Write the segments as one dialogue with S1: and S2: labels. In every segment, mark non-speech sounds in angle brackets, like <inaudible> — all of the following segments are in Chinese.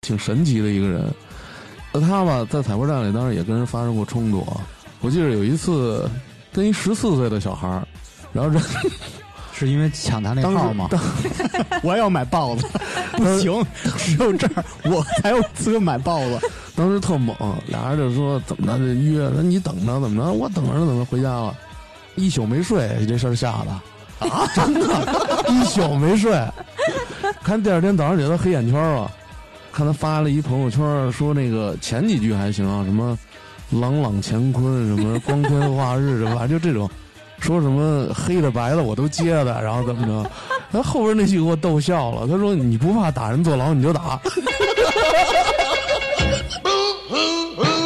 S1: 挺神奇的一个人。那他吧，在采购站里当时也跟人发生过冲突。我记得有一次跟一十四岁的小孩儿，然后这
S2: 是因为抢他那
S1: 当
S2: 号
S1: 时
S2: 吗？
S1: 当
S2: <laughs> 我要买豹 <laughs> 子，不行，只有这儿我才有资格买豹子。
S1: 当时特猛，俩人就说怎么着就约，说你等着怎么着，我等着呢怎么回家了，一宿没睡，这事儿吓的啊，真的，一宿没睡，看第二天早上起来他黑眼圈了，看他发了一朋友圈说那个前几句还行啊，什么朗朗乾坤，什么光天化日，什么就这种。说什么黑的白的我都接的，然后怎么着？ <laughs> 他后边那句给我逗笑了。他说：“你不怕打人坐牢你就打。” <laughs>
S3: Boo hoo hoo hoo.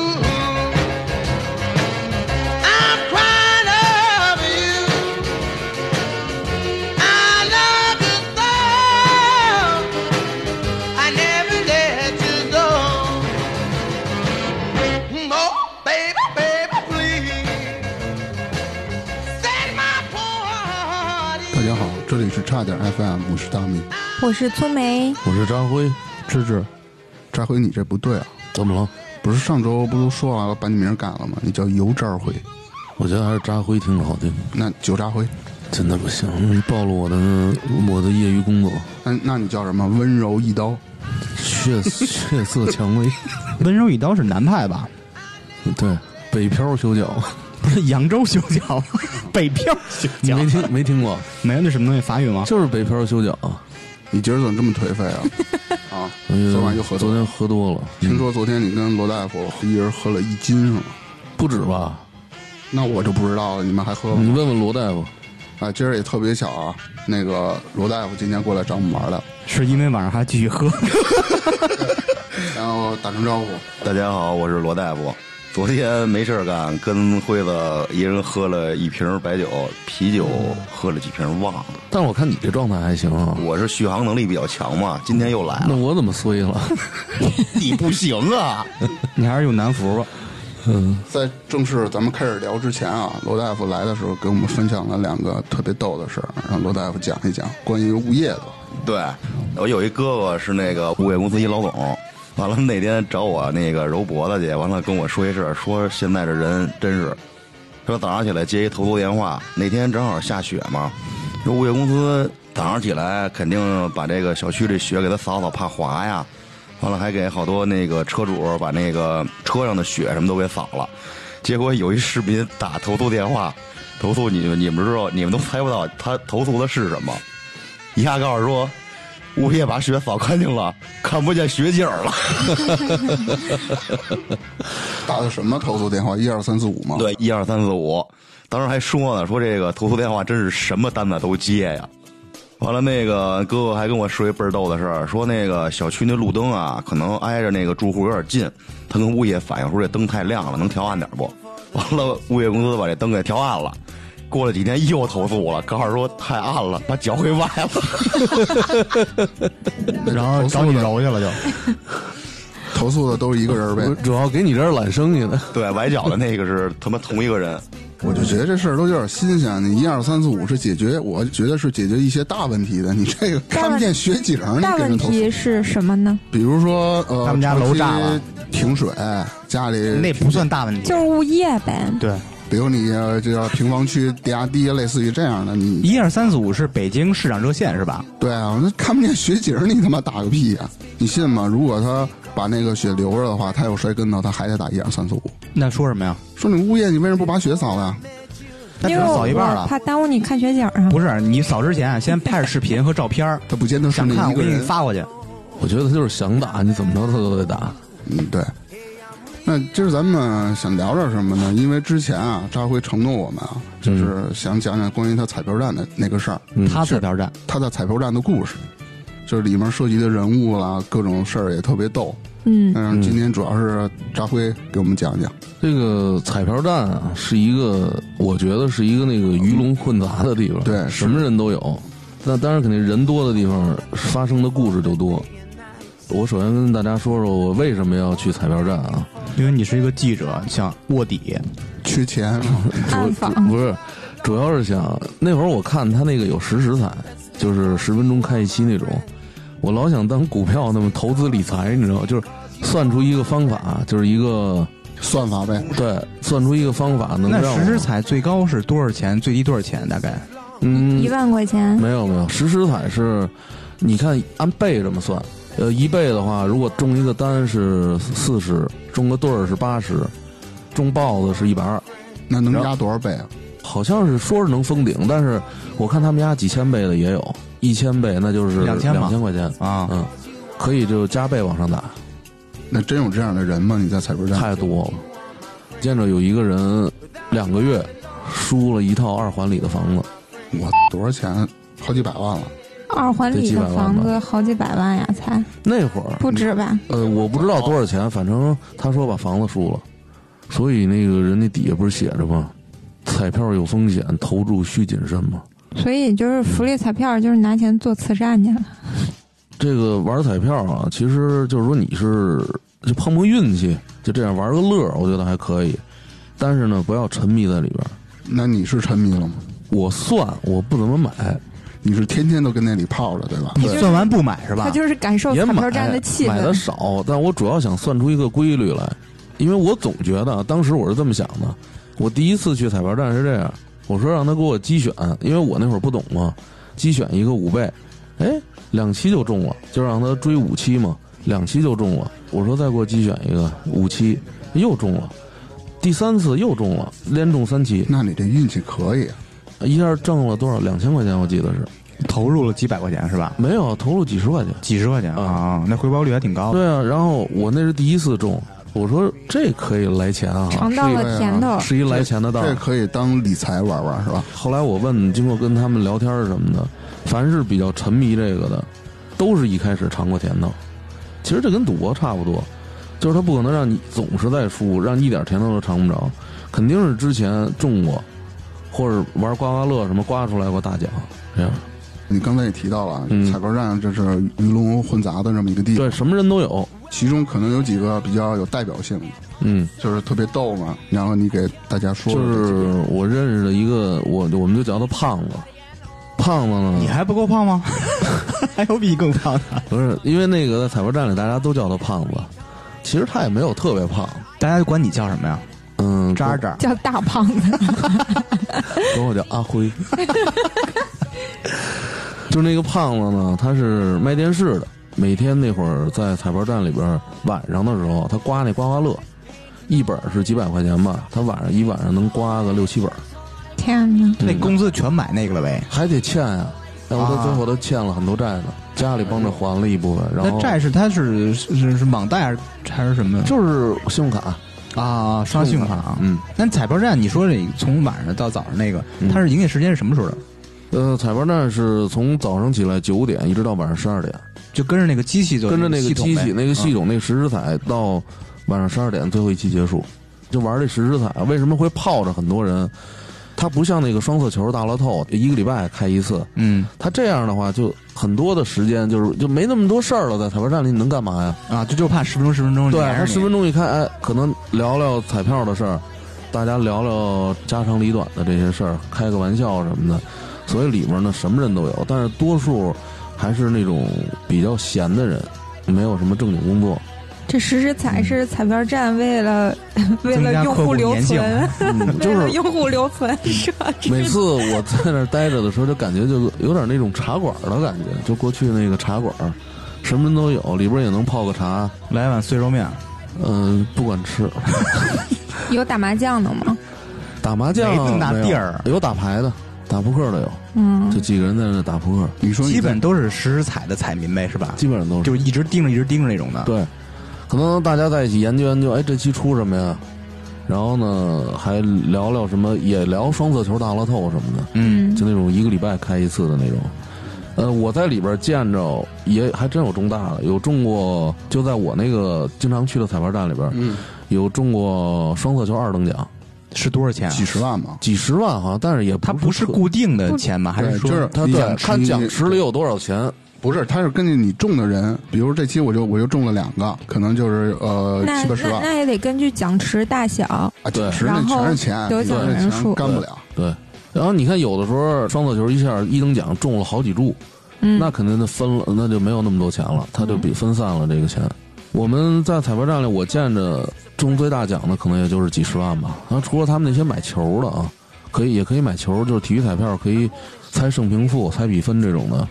S3: I'm crying over you. I love you so. I never let you go. Oh, baby, baby, please set my poor heart
S4: 大
S3: at
S4: 家好，这里是差点 FM，我是大米，
S5: 我是粗梅，
S1: 我是张辉，
S4: 芝芝。扎辉，你这不对啊！
S1: 怎么了？
S4: 不是上周不都说完了把你名儿改了吗？你叫油渣辉，
S1: 我觉得还是扎辉听着好听，
S4: 那酒渣辉，
S1: 真的不行，暴露我的我的业余工作，
S4: 那那你叫什么？温柔一刀，
S1: <laughs> 血血色蔷薇，
S2: 温柔一刀是南派吧？
S1: 对，北漂修脚，
S2: 不是 <laughs> 扬州修脚，北漂修
S1: 你
S2: 脚
S1: 没。听没听过？
S2: 没有那什么东西法语吗？
S1: 就是北漂修脚，
S4: 你今儿怎么这么颓废啊？啊，昨晚又喝
S1: 哎昨
S4: 多
S1: 天
S4: 了。
S1: 喝多了，嗯
S4: 听说昨天你跟罗大夫一人喝了一斤是吗？
S1: 不止吧？
S4: 那我就不知道了，你们还喝
S1: 你
S4: 吗？
S1: 问问罗大夫，
S4: 啊，今儿也特别巧啊，那个罗大夫今天过来找我们玩来了，
S2: 是因为晚上还继续 <laughs> 喝。
S4: 然后打声招呼，
S6: 大家好，我是罗大夫。昨天没事儿干，跟辉子一人喝了一瓶白酒，啤酒喝了几瓶忘了。
S1: 但是我看你这状态还行啊，
S6: 我是续航能力比较强嘛，今天又来
S1: 那
S6: 了。
S1: 我怎么衰了？
S6: 你不行啊！
S2: 你还是用南孚吧。
S4: 在正式咱们开始聊之前啊，罗大夫来的时候给我们分享了两个特别逗的事儿，让罗大夫讲一讲关于物业的。
S6: 对，我有一哥哥是那个物业公司一老总，完了那天找我那个揉脖子去，完了跟我说一事儿，说现在这人真是，说早上起来接一投诉电话，那天正好下雪嘛，说物业公司早上起来肯定把这个小区这雪给它扫扫，怕滑呀，完了还给好多那个车主把那个车上的雪什么都给扫了，结果有一市民打投诉电话，投诉你们，你们知道你们都猜不到他投诉的是什么。一下告诉说，物业把雪扫干净了，看不见雪景了。
S4: 打的什么投诉电话？一二三四五吗？，
S6: <laughs> 对，一二三四五，当时还说呢，说这个投诉电话真是什么单子都接呀。完了，那个哥哥还跟我说一倍儿逗的事儿，说那个小区那路灯啊，可能挨着那个住户有点近，他跟物业反映说这灯太亮了，能调暗点不？完了，物业公司把这灯给调暗了。过了几天又投诉我了，告诉说太暗了，把脚给崴 <laughs> 了。
S2: 然后找你揉去了就。
S4: 投诉的都是一个人儿呗。
S1: <laughs> 主要给你这儿揽生意的，
S6: 对，崴脚的那个是他妈同一个人。
S4: 我就觉得这事儿都有点新鲜。你一二三四五是解决，我觉得是解决一些大问题的。你这个
S5: 问
S4: 看不见雪景儿，你
S5: 大
S4: 给
S5: 问
S4: 人投诉，
S5: 题是什么呢？
S4: 比如说呃，
S2: 他们家楼炸了，
S4: 停水，家里
S2: 那不算大问
S5: 就
S2: 题。
S5: 是物业呗。
S2: 对，
S4: 比如你呃这叫平房区地压低，类似于这样的，你
S2: 一二三四五是北京市长热线是吧？
S4: 对啊，那看不见雪景儿，你他妈打个屁呀、你信吗？如果他把那个雪留着的话，他又摔跟头，他还得打一二三四五。
S2: 那说什么呀？
S4: 说你物业，你为什么不把雪扫了呀？
S2: 那只
S5: 因
S2: 能
S5: 为
S2: 扫
S5: 我
S2: 一半了。
S5: 怕耽误你看雪景啊。
S2: 不是你扫之前啊先拍着视频和照片儿，
S4: 他不见得是
S2: 想
S4: 那
S2: 看
S4: 一
S2: 我
S4: 个
S2: 给你
S4: 人。
S2: 发过去。
S1: 我觉得他就是想打，你怎么着他都得打。
S4: 嗯，对。那今儿咱们想聊点什么呢？因为之前啊，扎辉承诺我们啊，
S5: 嗯
S4: 就是想讲讲关于他彩票站的那个事儿，
S2: 他彩票站，
S4: 他在彩票站的故事，就是里面涉及的人物啦，各种事儿也特别逗。
S5: 嗯，
S4: 但是今天主要是扎辉给我们讲讲，
S1: 这个彩票站啊，是一个我觉得是一个那个鱼龙混杂的地方，
S4: 对是
S1: 什么人都有。那当然，肯定人多的地方发生的故事就多。我首先跟大家说说我为什么要去彩票站啊？
S2: 因为你是一个记者，想卧底，
S4: 缺钱，啊
S5: 暗访
S1: 不是，主要是想那会儿我看他那个有实时彩，就是十分钟开一期那种。我老想当股票那么投资理财，你知道吗，就是算出一个方法，就是一个
S4: 算法呗。
S1: 对，算出一个方法能
S2: 那
S1: 让我
S2: 实时彩最高是多少钱？最低多少钱？大概
S1: 嗯
S5: 一万块钱，
S1: 没有没有，实时彩是，你看按倍这么算，呃，一倍的话，如果中一个单是四十，中个对儿是八十，中豹子是一百二，
S4: 那能压多少倍啊？
S1: 好像是说是能封顶，但是我看他们家几千倍的也有，一千倍那就是
S2: 2000吧
S1: 两千块钱，
S2: 啊，
S1: 嗯，可以就加倍往上打，
S4: 那真有这样的人吗？你在彩票站？
S1: 太多了。见着有一个人两个月输了一套二环里的房子，
S4: 我多少钱？好几百万了。
S5: 二环里的房子好几百万呀，才
S1: 那会儿
S5: 不止吧？
S1: 呃，我不知道多少钱，反正他说把房子输了，所以那个人那底下不是写着吗？彩票有风险，投注需谨慎嘛。
S5: 所以就是福利彩票，就是拿钱做慈善去了。
S1: 这个玩彩票啊，其实就是说你是就碰碰运气，就这样玩个乐儿，我觉得还可以。但是呢，不要沉迷在里边儿。
S4: 那你是沉迷了吗？
S1: 我算我不怎么买，
S4: 你是天天都跟那里泡着，对吧？
S2: 你算完不买是
S5: 他
S2: 吧？
S5: 就是感受
S1: 也买
S5: 彩
S1: 哎
S5: 票站的气
S1: 买的
S5: 氛。
S1: 少，但我主要想算出一个规律来，因为我总觉得啊当时我是这么想的，我第一次去彩票站是这样，我说让他给我机选，因为我那会儿不懂嘛，机选一个五倍，哎，两期就中了，就让他追五期嘛，两期就中了，我说再给我机选一个五期，又中了。第三次又中了，连中三期，
S4: 那你这运气可以。啊
S1: 一下挣了多少？两千块钱，我记得是
S2: 投入了几百块钱是吧？
S1: 没有投入几十块钱。
S2: 几十块钱啊，那回报率还挺高的。
S1: 对啊，然后我那是第一次中，我说这可以来钱啊，
S5: 尝到了甜头，
S1: 是一来钱的道
S4: 这
S1: 儿。
S4: 可以当理财玩玩是吧？
S1: 后来我问，经过跟他们聊天儿什么的，凡是比较沉迷这个的，都是一开始尝过甜头。其实这跟赌博差不多，就是他不可能让你总是在输，让你一点甜头都尝不着，肯定是之前中过，或者玩刮刮乐什么刮出来过大奖，这样
S4: 你刚才也提到了，啊
S1: 嗯
S4: 彩票站这是鱼龙混杂的这么一个地方，
S1: 对什么人都有。
S4: 其中可能有几个比较有代表性的，
S1: 嗯，
S4: 就是特别逗嘛。然后你给大家说
S1: 就
S4: 说这几个，
S1: 是我认识的一个，我我们就叫他胖子。胖子呢？
S2: 你还不够胖吗？还有比你更胖的？
S1: 不是，因为那个在彩票站里大家都叫他胖子，其实他也没有特别胖，
S2: 大家管你叫什么呀？
S1: 嗯，
S2: 渣渣。
S5: 叫大胖子。 <laughs>
S1: 管我叫阿辉。就那个胖子呢，他是卖电视的，每天那会儿在彩票站里边，晚上的时候他刮那刮刮乐，一本是几百块钱吧，他晚上一晚上能刮个六七本，
S5: 天哪！
S2: 那工资全买那个了呗？
S1: 还得欠呀、然后他最后他欠了很多债呢，家里帮着还了一部分，然
S2: 那
S1: 后
S2: 债是他是是是网贷还是还是什么呀？
S1: 就是信用卡，
S2: 啊，刷信用卡啊。
S1: 嗯，
S2: 那彩票站，你说这从晚上到早上那个，
S1: 嗯
S2: 它是营业时间是什么时候的？
S1: 呃，彩票站是从早上起来九点一直到晚上十二点，
S2: 就跟着那个机器做，
S1: 跟着那个
S2: 系统
S1: 机器
S2: 呗
S1: 那个系统那个十时彩到晚上十二点最后一期结束，就玩这十时彩为什么会泡着很多人？它不像那个双色球大乐透，一个礼拜开一次。
S2: 嗯
S1: 它这样的话，就很多的时间就是就没那么多事儿了，在彩票站里你能干嘛呀？
S2: 啊，就就怕十分钟十分钟 <laughs>
S1: 对，
S2: 连着
S1: 他
S2: 你
S1: 十分钟一开，哎，可能聊聊彩票的事儿，大家聊聊家长里短的这些事儿，开个玩笑什么的。所以里面呢，什么人都有，但是多数还是那种比较闲的人，没有什么正经工
S2: <laughs>
S1: 作。
S5: 这实时彩是彩票站为了 <laughs> 为
S2: 增
S5: 了
S2: 加
S5: 用
S2: 客户
S5: 户留
S2: 粘性
S5: 存，
S1: 嗯，就
S5: <laughs> 为了
S1: 是
S5: 用户留存设置。
S1: 每次我在那儿待着的时候，就感觉就有点那种茶馆的感觉，就过去那个茶馆，什么人都有，里边也能泡个茶，
S2: 来碗碎肉面，
S1: 嗯、不管吃，
S5: 有打麻将的吗？
S1: 打麻将
S2: 没那么大
S1: 没有
S2: 地儿
S1: 有打牌的，打扑克的有。
S5: 嗯
S1: 就，几个人在那打扑克，
S4: 你说你
S2: 基
S4: 在
S2: 本都是实时彩的彩民呗，是吧？
S1: 基本上都是
S2: 就一直盯着一直盯着那种的。
S1: 对，可能大家在一起研究研究，哎，这期出什么呀？然后呢，还聊聊什么，也聊双色球大乐透什么的，
S2: 嗯，
S1: 就那种一个礼拜开一次的那种。呃，我在里边见着也还真有中大的，有中过，就在我那个经常去的彩票站里边，
S4: 嗯
S1: 有中过双色球二等奖，
S2: 是多少钱啊？
S4: 几十万嘛，
S1: 几十万好像，但是也
S2: 它不
S1: 不
S2: 是
S1: 特
S2: 固定的钱吗？还是
S4: 对
S2: 说
S4: 就是
S1: 他
S4: 你
S1: 对
S4: 想
S1: 他
S4: 吃
S1: 奖池里有多少钱，
S4: 不是，他是根据你中的人，比如这期我就我就中了两个，可能就是呃
S5: 那
S4: 七八
S5: 那
S4: 十万
S5: 那也得根据奖池大小。
S4: 啊，
S1: 对
S4: 几十那
S5: 然后
S4: 全是钱，
S5: 得
S4: 你
S5: 奖
S4: 这
S5: 人
S4: 钱
S5: 数
S4: 干不了。
S1: 对，然后你看有的时候双色球一下一等奖中了好几注，
S5: 嗯
S1: 那肯定就分了，那就没有那么多钱了，他就比分散了这个钱。我们在彩票站里，我见着中最大奖的可能也就是几十万吧。然后除了他们那些买球的啊，可以也可以买球，就是体育彩票可以猜胜平负、猜比分这种的。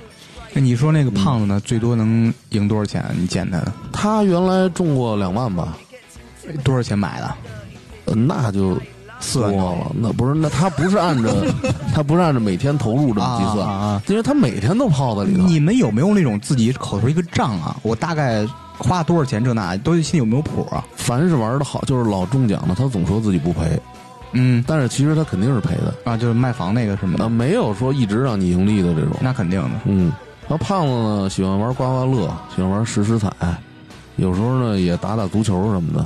S2: 那你说那个胖子呢，
S1: 嗯
S2: 最多能赢多少钱？啊你见他的
S1: 他原来中过两万吧，
S2: 多少钱买的？
S1: 呃那就
S2: 四
S1: 多
S2: 万多
S1: 了。那不是，那他不是按
S2: <laughs>
S1: 照他不是按照每天投入这么计算，
S2: 啊啊啊
S1: 因为他每天都泡在里头。
S2: 你们有没有那种自己口头一个账啊？我大概花多少钱这那，都心里有没有谱啊？
S1: 凡是玩的好，就是老中奖的，他总说自己不赔，
S2: 嗯，
S1: 但是其实他肯定是赔的。
S2: 啊，就是卖房那个什么
S1: 啊，
S2: 的，
S1: 没有说一直让你盈利的这种。
S2: 那肯定的。
S1: 嗯，那胖子呢，喜欢玩刮刮乐，喜欢玩十十彩，有时候呢也打打足球什么的。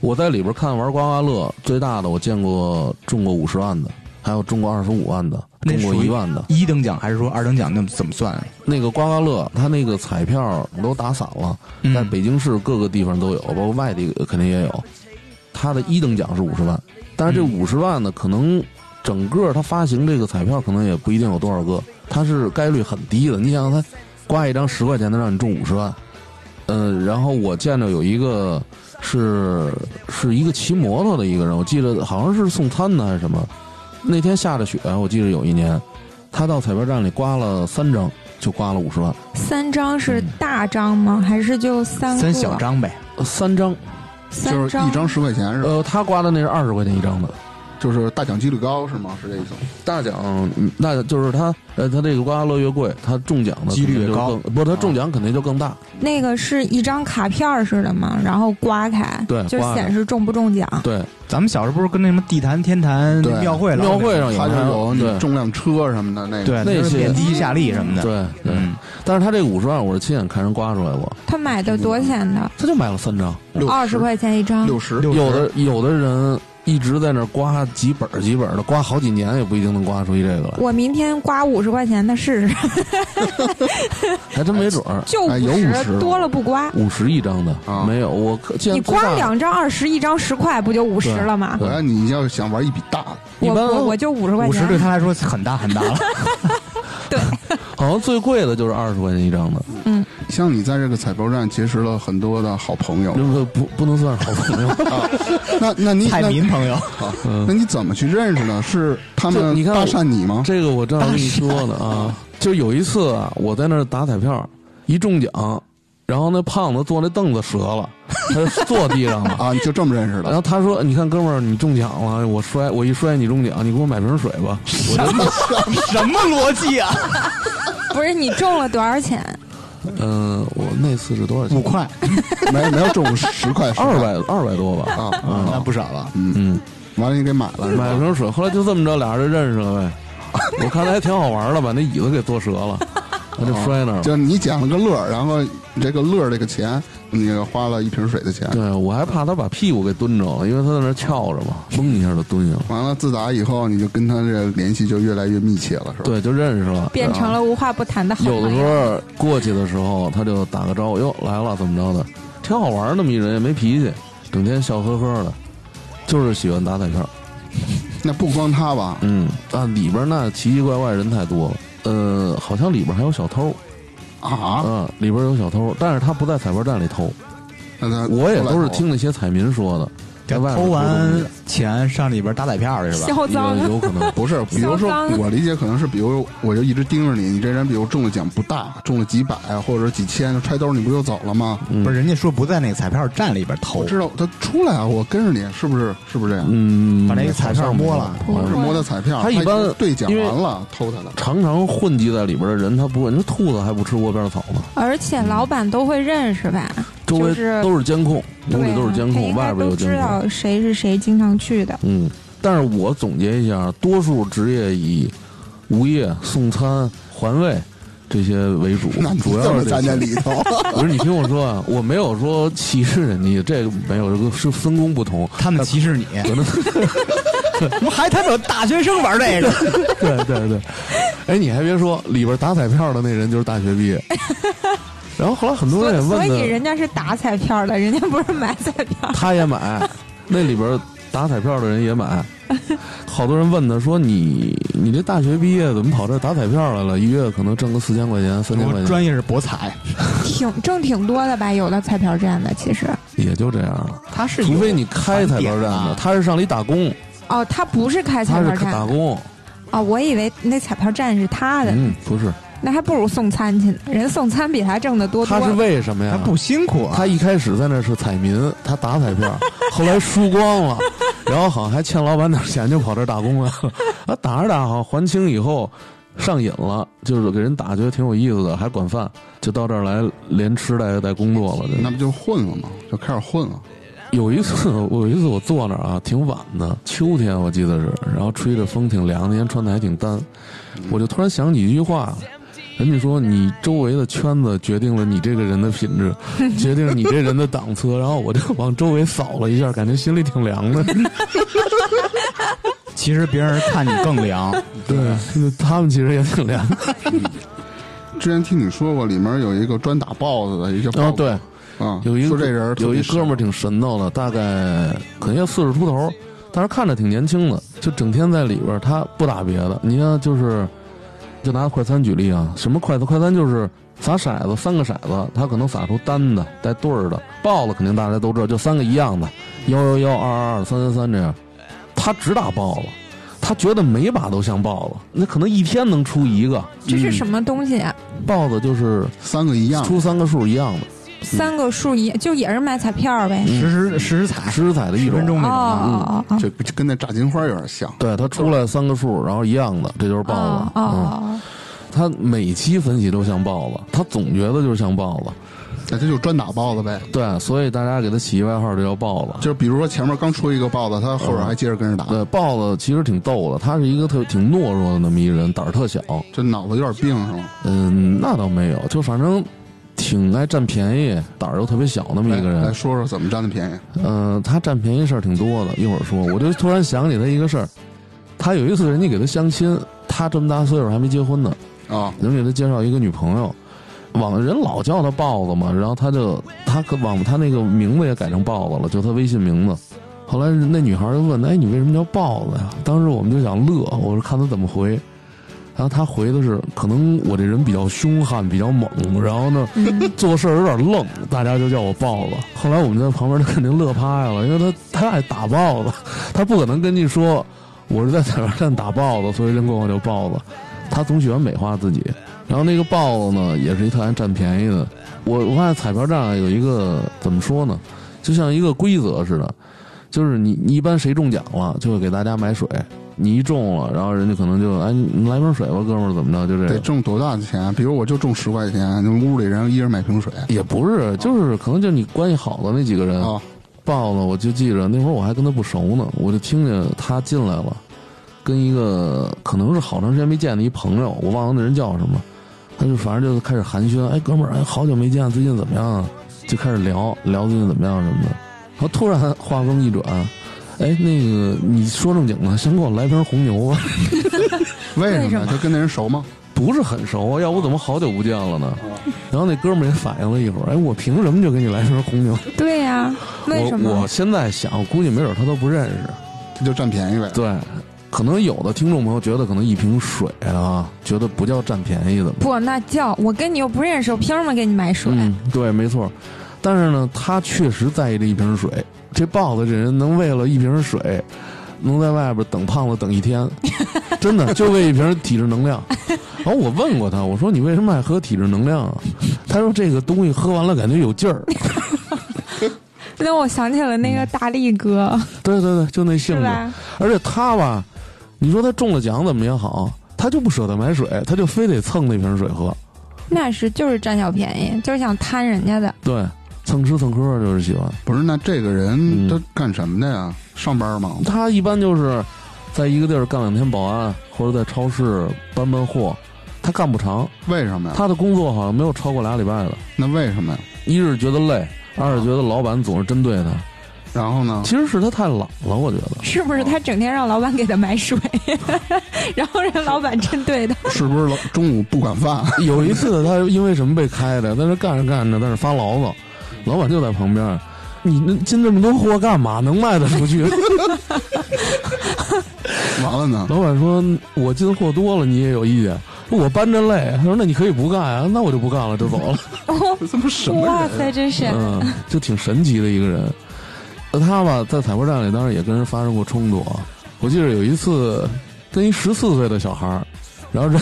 S1: 我在里边看玩刮刮乐，最大的我见过中过五十万的，还有中过二十五万的，
S2: 那
S1: 中过
S2: 属于
S1: 一万的。
S2: 一等奖还是说二等奖？那么怎么算？啊
S1: 那个刮刮乐，它那个彩票都打散了，
S2: 嗯
S1: 在北京市各个地方都有，包括外地肯定也有。它的一等奖是五十万，但是这
S2: 嗯
S1: 五十万呢，可能整个它发行这个彩票可能也不一定有多少个，它是概率很低的。你想想，它刮一张十块钱的，让你中五十万，嗯、然后我见着有一个是是一个骑摩托的一个人，我记得好像是送餐的还是什么。那天下着雪，我记得有一年，他到彩票站里刮了三张，就刮了五十万。
S5: 三张是大张吗？还是就三个？
S2: 三小，张呗。
S1: 呃三张，
S5: 三
S4: 就是一张十块钱是吧？
S1: 呃，他刮的那是二十块钱一张的，
S4: 就是大奖几率高是吗？是这意思吗？
S1: 大奖，嗯那就是他，呃，他这个刮刮乐越贵，他中奖的
S2: 几率
S1: 可能就
S2: 越高啊
S1: 更不，他中奖肯定就更大。
S5: 那个是一张卡片儿似的嘛，然后刮开，
S1: 对
S5: 就
S1: 刮开
S5: 显示中不中奖。
S1: 对，
S2: 咱们小时候不是跟那什么地坛、天坛、
S4: 对
S2: 庙会老
S1: 庙会上
S4: 它就有
S1: 对
S4: 你重辆车什么的那个。
S2: 对
S1: 那
S2: 就是
S1: 些
S2: 点滴下力什么的。，
S1: 对对，
S2: 嗯，
S1: 但是他这五十万我是亲眼看人刮出来过，
S5: 他买的多少钱的？
S1: 他就买了三张，
S4: 六
S5: 二十块钱一张。
S4: 六十
S2: 六
S1: 有的有的人一直在那儿刮几本儿几本儿的，刮好几年也不一定能刮出一这个来，
S5: 我明天刮五十块钱的试试，
S1: 还真没准儿。
S5: 就
S4: 哎
S5: 五
S4: 有
S5: 十，
S4: 50
S5: 多了不刮。
S1: 五十一张的
S4: 啊
S1: 没有，我可见
S5: 你
S1: 最大
S5: 刮
S1: 的
S5: 两张二十，一张十块，不就五十
S1: 对
S5: 了吗？
S4: 我要哎你要想玩一笔大的，
S1: 一
S5: 我
S1: 般
S5: 我我就五十块
S2: 五
S5: 钱
S2: 十，对他来说很大很
S1: <laughs>
S2: 大了。
S1: 好像最贵的就是二十块钱一张的，
S4: 像你在这个彩票站结识了很多的好朋友
S1: 那，不不不能算是好朋友。
S2: <laughs>
S4: 那那你
S2: 蔡
S4: 那啊
S2: 民朋友，
S4: 那你怎么去认识呢？是他
S1: 就
S4: 们
S1: 你看
S4: 搭
S1: 我
S4: 讪你吗？
S1: 这个我正要跟你说呢
S5: <laughs>
S1: 啊，就有一次啊，我在那儿打彩票，一中奖，然后那胖子坐那凳子折了，他就坐地上了。 <laughs>
S4: 啊，你就这么认识
S1: 然
S4: 的？
S1: 后他说：“你看，哥们儿，你中奖了，我摔，我一摔你中奖，你给我买瓶水吧。”我就
S2: 什么逻辑啊？
S5: 不是你中了多少钱？
S1: 嗯、我那次是多少钱？
S2: 五块，
S4: 没没有中午十块十块
S1: 二百二百多吧。
S4: 啊啊！
S2: 那不少了。
S1: 嗯，
S4: 完了你给买了是吧
S1: 买了瓶水，后来就这么着，俩人就认识了呗。 <laughs> 我看他还挺好玩的，把那椅子给坐折了，他就摔那儿了。
S4: 就你捡了个乐儿，然后你这个乐儿这个钱，你花了一瓶水的钱。
S1: 对，我还怕他把屁股给蹲着了，因为他在那儿翘着嘛，嘣一下就蹲下了。
S4: 完了，自打以后你就跟他这联系就越来越密切了，是吧？
S1: 对，就认识了。
S5: 变成了无话不谈的好
S1: 有的
S5: 朋
S1: 时
S5: 友。
S1: 候过去的时候，他就打个招呼，哟来了，怎么着的，挺好玩儿那么一人，也没脾气，整天笑呵呵的，就是喜欢打彩票。
S4: 那不光他吧，
S1: 嗯，啊，里边那奇奇怪怪人太多了。呃，好像里边还有小偷，
S4: 啊，
S1: 嗯，里边有小偷，但是他不在彩票站里偷，
S4: 那他
S1: 我也
S4: 后来
S1: 都是
S4: 投
S1: 听那些彩民说的，在外边
S2: 偷
S1: 偷
S2: 完
S1: 东西
S2: 钱上里边打彩票去是吧？
S5: 销赃
S1: 也有可
S5: <laughs>
S1: 能
S4: 不是，比如说
S5: 相当
S4: 我理解可能是，比如我就一直盯着你，你这人比如中的奖不大，中了几百啊或者几千，揣兜儿你不就走了吗？
S1: 嗯
S2: 不是，人家说不在那个彩票站里边
S4: 我
S2: 偷，
S4: 知道他出来啊，我跟着你，是不是？是不是这样？
S1: 嗯，
S2: 把那个彩票摸了
S1: 没有
S4: 我是摸的彩票，
S1: 他一般
S4: 已经兑奖
S1: 因为
S4: 完了偷他的，
S1: 常常混迹在里边的人，他不问，那兔子还不吃窝边草吗？
S5: 而且老板都会认识吧？
S1: 周围
S5: 就是
S1: 都是监控，
S5: 对啊
S1: 屋里都是监
S5: 他应
S1: 控，
S5: 该
S1: 外边有
S5: 都
S1: 监
S5: 知
S1: 控。
S5: 道谁是谁经常去的。
S1: 嗯，但是我总结一下，多数职业以无业、送餐、环卫这些为主
S4: 那，你
S1: 主
S4: 这
S1: 要
S4: 么
S1: 是这
S4: 站
S1: 些
S4: 在。里头，
S1: 不是你听我说啊，我 <laughs> 没有说歧视人家，这个没有，这个是分工不同。
S2: 他们歧视
S1: <laughs>
S2: 你。 <laughs>
S1: 可能
S2: 我还他妈有大学生玩
S1: <laughs>
S2: 这个，
S1: 对对对，哎，你还别说，里边打彩票的那人就是大学毕业。然后后来很多
S5: 所
S1: 人
S5: 以
S1: 也
S5: 所
S1: 问
S5: 以
S1: 他，
S5: 人家是打彩票的，人家不是买彩
S1: <laughs>
S5: 票。
S1: 他也买，那里边打彩票的人也买。好多人问他说：“你你这大学毕业怎么跑这儿打彩票来了？一月可能挣个四千块钱、三千块
S2: 我
S1: 钱，
S2: 专业是
S1: <laughs>
S2: 博彩，
S5: 挺挣挺多的吧？有的彩票站的其实，
S1: 也就这样了。
S2: 他是
S1: 除非你开彩票站
S2: 返点
S1: 的
S2: 啊，
S1: 他是上里打工，
S5: 哦，他不是开彩
S1: 他是
S5: 票站
S1: 打
S5: 的
S1: 工，
S5: 哦，我以为那彩票站是他的，
S1: 嗯，不是，
S5: 那还不如送餐去呢。人送餐比他挣的多
S1: 他
S5: 多了。
S1: 是为什么呀？
S2: 他不辛苦啊，
S1: 他一开始在那是彩民，他打彩票，后来输光了，然后好像还欠老板点钱，就跑这儿打工来了。 <laughs> 啊，打着打着好像还清以后上瘾了，就是给人打觉得挺有意思的，还管饭，就到这儿来连吃带带工作了。
S4: <laughs> 那
S1: 这
S4: 不就混了吗？就开始混了。
S1: 有一次，我有一次我坐那儿啊，挺晚的，秋天我记得是，然后吹着风挺凉，那天穿的还挺单，我就突然想起一句话。人家说你周围的圈子决定了你这个人的品 <laughs> 质，决定了你这人的档次。然后我就往周围扫了一下，感觉心里挺凉 <laughs> 的。
S2: 其实别人看你更 <laughs> 凉，
S1: 对，他们其实也挺凉的。
S4: 之前听你说过，里面有一个专打豹子的，一个豹
S1: 哦，
S4: 子
S1: 对，
S4: 啊，
S1: 有一个
S4: 说这人
S1: 有一哥们儿
S4: 儿
S1: 挺神道的，大概可能要四十出头，但是看着挺年轻的，就整天在里边儿，他不打别的。你看，就是就拿快餐举例啊，什么快餐？快餐就是撒骰子，三个骰子，他可能撒出单的带对儿的，豹子肯定大家都知道，就三个一样的，幺幺幺、二二二、三三三这样，他只打豹子。他觉得每把都像豹子，那可能一天能出一个
S5: 这是什么东西啊？
S1: 豹子，就是
S4: 三个一样，
S1: 出三个数一样的，
S5: 三个数一，就也是买彩票呗。
S2: 实时实时彩，
S1: 十彩的一
S2: 啊十
S1: 种
S2: 分。钟
S5: 哦
S2: 那种。嗯
S1: 啊
S5: 哦哦
S1: 嗯
S4: 就就跟那炸金花有点像。
S1: 对，它出来三个数，然后一样的，这就是
S5: 哦
S1: 豹
S5: 哦
S1: 子。嗯，
S5: 哦，
S1: 它每期分析都像豹子，它总觉得就是像豹子。
S4: 那他就专打豹子呗，
S1: 对，所以大家给它起一外号，就叫豹子。
S4: 就是比如说前面刚出一个豹子，他后边还接着跟着打，
S1: 对，豹子其实挺逗的，它是一个特别挺懦弱的那么一人，胆儿特小。
S4: 这脑子有点病是吗？
S1: 嗯，那倒没有，就反正挺爱占便宜，胆儿又特别小那么一个
S4: 来来
S1: 人。
S4: 说说怎么占的便宜。
S1: 嗯、他占便宜事儿挺多的，一会儿说。我就突然想起他一个事儿，他有一次人家给他相亲，他这么大岁数还没结婚呢，
S4: 啊、
S1: 人给他介绍一个女朋友，往人老叫他豹子嘛，然后他就他可往他那个名字也改成豹子了，就他微信名字。后来那女孩就问：“哎，你为什么叫豹子呀？”当时我们就想乐，我说看他怎么回。然后他回的是：“可能我这人比较凶悍，比较猛，然后呢，做事儿有点愣，大家就叫我豹子。”后来我们在旁边就肯定乐趴下了，因为他他爱打豹子，他不可能跟你说我是 <laughs> 在彩票站打豹子，所以人管我叫豹子。他总喜欢美化自己。然后那个豹子呢，也是一特爱占便宜的。我我发现彩票站有一个怎么说呢，就像一个规则似的，就是你你一般谁中奖了，就会给大家买水。你一中了，然后人家可能就哎，你来瓶水吧，哥们儿，怎么着？就这
S4: 得
S1: 个。
S4: 挣多大的钱？比如我就中十块钱，那屋里人一人买瓶水啊、
S1: 也不是，就是可能就你关系好的那几个人，豹子，我就记着那会儿我还跟他不熟呢，我就听见他进来了，跟一个可能是好长时间没见的一朋友，我忘了那人叫什么，他就反正就开始寒暄，哎，哥们儿，哎，好久没见，最近怎么样啊？就开始聊聊最近怎么样什么的。然后突然话锋一转，哎，那个你说正经的，先给我来瓶红牛吧。 <laughs>
S4: 为
S5: 为
S4: 什
S5: 什么
S4: 么？他跟那人熟吗？
S1: 不是很熟，啊要不怎么好久不见了呢？然后那哥们儿也反应了一会儿，哎，我凭什么就给你来瓶红牛？
S5: 对呀、为什
S1: 我
S5: 么
S1: 我？现在想，估计没准他都不认识。
S4: 他就占便宜呗。
S1: 对，可能有的听众朋友觉得，可能一瓶水啊，觉得不叫占便宜的。
S5: 不，那叫我跟你又不认识，我凭什么给你买水？ <laughs>
S1: 嗯，对，没错。但是呢，他确实在意这一瓶水。这豹子这人能为了一瓶水，能在外边等胖子等一天， <laughs> 真的就为一瓶体质能量。然后我问过他，我说你为什么爱喝体质能量啊？他说这个东西喝完了感觉有劲儿。
S5: 那我想起了那
S4: 嗯
S5: 个大力哥，
S1: 对对对，就那性
S5: 是
S1: 质。
S5: 吧？
S1: 而且他吧，你说他中了奖怎么也好，他就不舍得买水，他就非得蹭那瓶水喝。
S5: 那是就是占小便宜，就是想贪人家的。
S1: 对，蹭吃蹭喝就是喜欢。
S4: 不是，那这个人
S1: 嗯
S4: 他干什么的呀？上班吗？
S1: 他一般就是在一个地儿干两天保安，或者在超市搬搬货，他干不长。
S4: 为什么呀？
S1: 他的工作好像没有超过俩礼拜的。
S4: 那为什么呀？
S1: 一是觉得累，二是觉得老板总是针对他，
S4: 然后呢？
S1: 其实是他太懒了，我觉得。
S5: 是不是
S4: 哦
S5: 他整天让老板给他买水， <laughs> 然后让老板针对他？
S4: 是不是
S1: <laughs>
S4: 老中午不管饭？ <laughs>
S1: 有一次他因为什么被开的？但是干着干着，但是发牢骚，老板就在旁边。你那进这么多货干嘛？能卖得出去？
S4: 完了呢，
S1: <laughs> 老板说：“我进货多了，你也有意见。”我搬着累，他说：“那你可以不干啊。”那我就不干了，就走了。
S4: 这不什么
S5: 哦哇
S4: 人？啊
S5: 塞，真是
S1: 嗯，就挺神奇的一个人。那他吧，在采购站里当时也跟人发生过冲突。我记得有一次跟一十四岁的小孩儿，然后人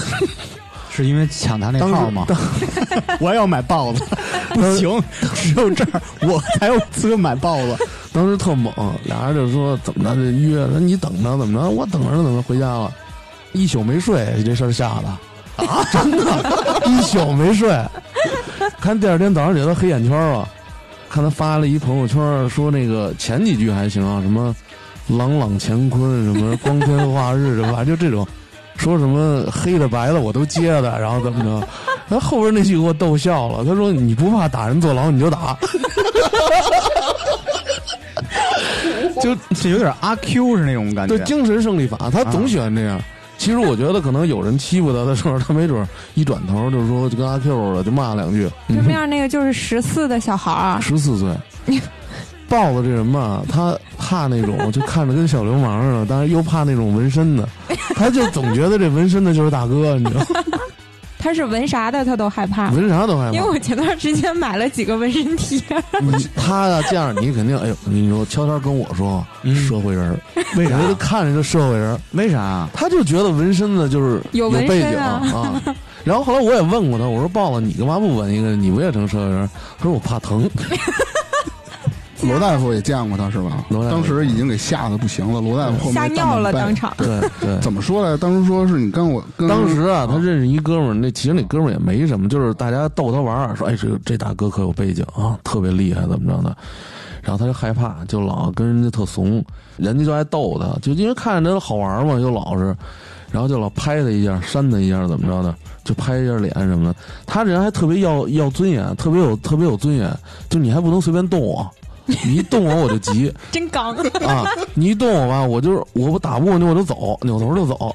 S2: 是因为抢他那
S1: 当
S2: 号吗 <laughs>
S1: 时？当
S2: 我要买豹 <laughs> 子，不行，只有这儿我才有资格买豹子。
S1: 当时特猛，俩人就说怎么着就约，说你等着怎么着，我等着呢，怎么回家了，一宿没睡，这事儿吓的啊， <laughs> 真的，一宿没睡，看第二天早上起来都黑眼圈了，看他发了一朋友圈说那个前几句还行啊，什么朗朗乾坤，什么光天化日，什么反正就这种，说什么黑的白的我都接的，然后怎么着，他后边那句给我逗笑了，他说你不怕打人坐牢你就打。
S2: <laughs> 就这有点阿 Q 是那种感觉。
S1: 对，精神胜利法，他总喜欢这样。其实我觉得，可能有人欺负他的时候，他没准儿一转头就说就跟阿 Q 似的，就骂两句。
S5: 什么样？那个就是十四的小孩儿，
S1: 十四岁，豹子这人吧，他怕那种就看着跟小流氓似的，但是又怕那种纹身的，他就总觉得这纹身的就是大哥，你知道，
S5: 他是纹啥的，他都害怕。
S1: 纹啥都害
S5: 因为
S1: 怕。
S5: 我前段时间买了几个纹身贴，
S1: 你他要这样，你肯定哎呦，你说悄悄跟我说，
S5: 嗯
S1: 社会人儿，
S2: 为啥
S1: 人？家看着就社会人儿，
S2: <laughs> 为啥？啊
S1: 他就觉得纹身的就是
S5: 有纹
S1: 背景
S5: 身啊
S1: 啊。然后后来我也问过他，我说豹子，你干嘛不纹一个？你不也成社会人？他说我怕
S5: <laughs>
S1: 疼。
S4: 罗大夫也见过他是吧？
S1: 罗大夫
S4: 当时已经给吓得不行了，罗大夫后面
S5: 吓尿了，
S4: 大
S5: 当
S4: 门被。
S5: 场。
S1: 对对，
S4: 怎么说来？当时说是你跟我跟
S1: 当时啊，他认识一哥们儿，那其实那哥们儿也没什么，就是大家逗他玩儿，说哎这这大哥可有背景啊，特别厉害，怎么着的。然后他就害怕，就老跟人家特怂，人家就爱逗他，就因为看着他好玩儿嘛，又老实，然后就老拍他一下，扇他一下，怎么着的，就拍一下脸什么的。他这人还特别要要尊严，特别有特别有尊严，就你还不能随便动我，你一动我我就急。
S5: 真刚，
S1: 啊，你一动我吧，我就是我不打不过你我就走，扭头就走。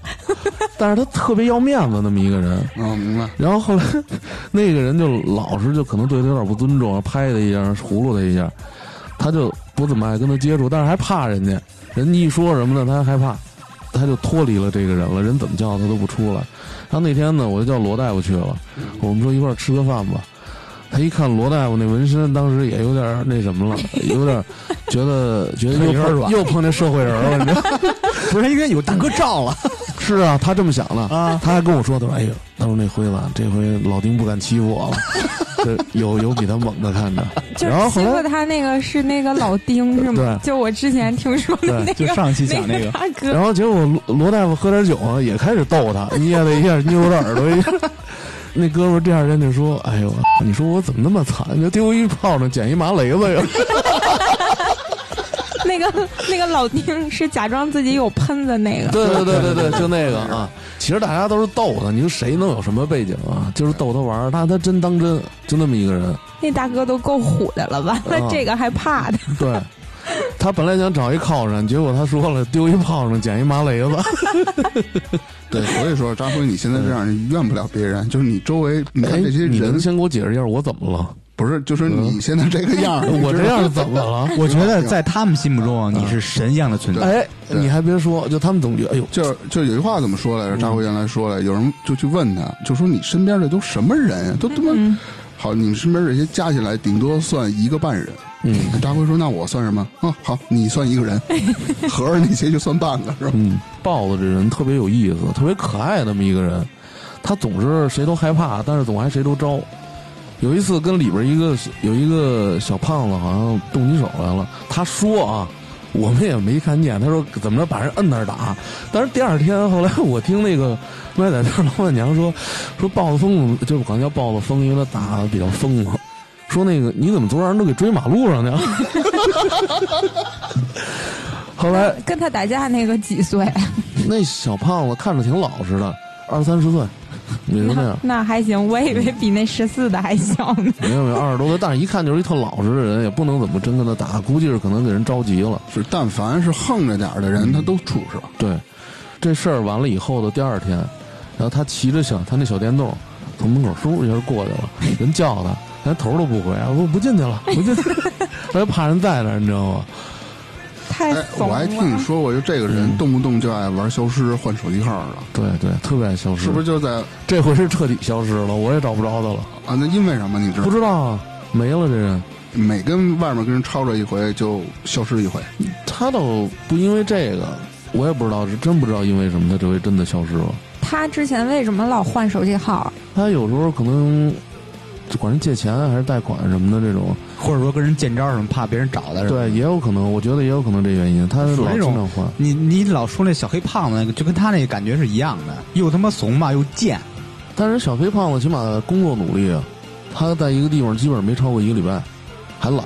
S1: 但是他特别要面子那么一个人，
S4: 嗯，明白。
S1: 然后后来 <laughs> 那个人就老实，就可能对他有点不尊重，拍他一下，葫芦他一下，他就不怎么爱跟他接触，但是还怕人家，人家一说什么呢，他还害怕，他就脱离了这个人了，人怎么叫他都不出来。然后那天呢，我就叫罗大夫去了，
S2: 嗯
S1: 我们说一块儿吃个饭吧。他一看罗大夫那纹身，当时也有点儿那什么
S2: <laughs>
S1: 了，有点儿觉得觉得
S2: 腿
S1: 又
S2: 筋儿软
S1: 碰又碰见社会人了，你知道吗。
S2: <laughs> 不是因为有大哥罩了，
S1: 是啊，他这么想的
S2: 啊
S1: 他还跟我说，他说：“哎呦，他说那辉子啊，这回老丁不敢欺负
S2: <laughs>
S1: 我了，这有有比他猛的看着。”
S5: 就是
S1: 然后
S5: 欺
S1: 后
S5: 负
S1: 来
S5: 他那个是那个老丁是吗？
S1: 对
S5: 就我之前听说的那
S2: 就
S5: 个
S2: 上期讲那
S5: 个
S2: 个，
S5: 大
S1: <laughs>
S5: 哥
S1: 然后结果罗罗大夫喝点酒啊，也开始逗 <laughs> 他，捏了一下，扭着耳朵一下。 <laughs> 那哥们儿第二天就说：“哎呦，你说我怎么那么惨？就丢一炮仗，捡一麻雷子呀！
S5: 那个那个老丁是假装自己有喷子那
S1: <laughs>
S5: 个，
S1: 对对对对 <laughs> 对，就那个啊。其实大家都是逗他，你说谁能有什么背景啊？就是逗他玩儿，他他真当真，就那么一个人。
S5: 那大哥都够虎的了吧？
S1: 啊
S5: 这个还怕的？
S1: 对，他本来想找一靠山，结果他说了丢一炮仗捡一麻 <laughs> 雷子。
S4: 对，所以说张辉，你现在这样你怨不了别人，就是你周围你看这些
S1: 哎你能嗯
S4: 人，
S1: 先给我解释一下我怎么 <laughs> 了？
S4: 不是就是你现在这个样
S1: <laughs>
S4: 儿，
S1: 我这样怎么 <laughs> 了？
S2: 我觉得在他们心目中啊你是神一样的存在。
S1: 哎，
S4: 对
S1: 你还别说，就他们总觉得，哎呦，
S4: 就就有一句话怎么说来着？张辉原来说来，有人就去问他，就说你身边这都什么人啊呀？都他
S5: 嗯
S4: 妈好，你们身边这些加起来顶多算一个半人。
S1: 嗯
S4: 张辉说：“那我算什么啊？好，你算一个
S5: <laughs>
S4: 人，合着那些就算半个是吧？
S1: 嗯，豹子这人特别有意思，特别可爱那么一个人，他总是谁都害怕，但是总还谁都招。有一次跟里边一个有一个小胖子好像动起手来了，他说啊，我们也没看见，他说怎么着把人摁那儿打。但是第二天后来我听那个卖仔店老板娘说，说豹子疯子就是管他叫豹子疯，因为他打的比较疯嘛。说那个你怎么昨儿让人都给追马路上 <laughs> 去了？后来
S5: 跟他打架那个几岁？啊
S1: 那小胖子看着挺老实的，二三十岁，也就那
S5: 那，
S1: 样
S5: <laughs> 那还行，我以为比那十四的还小呢。
S1: 没有没有二十多岁，但是一看就是一特老实的人，也不能怎么真跟他打，估计是可能给人着急了。
S4: 是，但凡是横着点儿的人，他都出事儿。
S1: 对，这事儿完了以后的第二天，然后他骑着小他那小电动从门口嗖一下过去了，人叫他，啊 <laughs> 他头都不回，我不进去了，不进去了，他就怕人在那儿，你知道吗？
S5: 太
S4: 哎，
S5: 怂
S4: 我还听你
S5: 了。
S4: 说过，就这个人
S1: 嗯
S4: 动不动就爱玩消失、换手机号的，
S1: 对对，特别爱消失，
S4: 是不是？就在
S1: 这回是彻底消失了，我也找不着他了，
S4: 啊？那因为什么？你知道
S1: 不，知道啊，没了这人，
S4: 每跟外面跟人吵吵一回就消失一回，
S1: 他倒不因为这个，我也不知道，是真不知道因为什么，他这回真的消失了。
S5: 他之前为什么老换手机号？
S1: 他有时候可能就管人借钱还是贷款什么的这种，
S2: 或者说跟人见招儿什么，怕别人找他。是吧，
S1: 对，也有可能，我觉得也有可能这原因，他
S2: 属
S1: 老
S2: 于啊那
S1: 经常
S2: 种
S1: 换。
S2: 你你老说那小黑胖子那个，就跟他那感觉是一样的，又他妈怂吧，又贱。
S1: 但是小肥胖子起码工作努力啊，他在一个地方基本上没超过一个礼拜，还懒。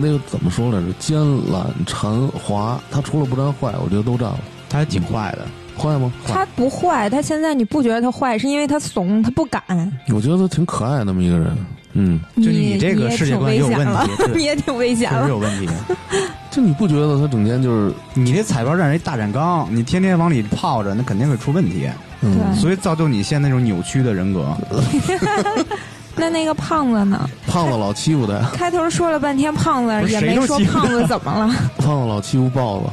S1: 那个怎么说来着？奸懒馋滑，他除了不占坏，我觉得都占了。
S2: 他还挺坏 <laughs> 的，
S1: 坏吗？
S5: 他不坏，他现在你不觉得他坏，是因为他怂，他不敢。
S1: 我觉得他挺可爱的那么一个人。嗯，
S2: 就
S5: 你
S2: 你这个
S5: 也
S2: 世界
S5: 挺
S2: 观
S5: 危
S2: 也有
S5: 险
S2: 问
S5: 了
S2: 题对
S5: 你也挺危险
S2: 确实
S5: 了。
S2: 有问题。
S1: 就你不觉得他整天就是
S2: 你这彩票站是一大染缸，你天天往里泡着，那肯定会出问题，
S1: 嗯，
S5: 对
S2: 所以造就你现在那种扭曲的人格。
S5: 那那个胖子呢？
S1: 胖子老欺负他呀，
S5: 开头说了半天胖
S2: 不
S5: 子，
S2: 是
S5: 也
S2: 谁
S5: 没
S2: 都
S5: 说
S2: 欺负他
S5: 胖子怎么了。 <laughs>
S1: 胖子老欺负豹子，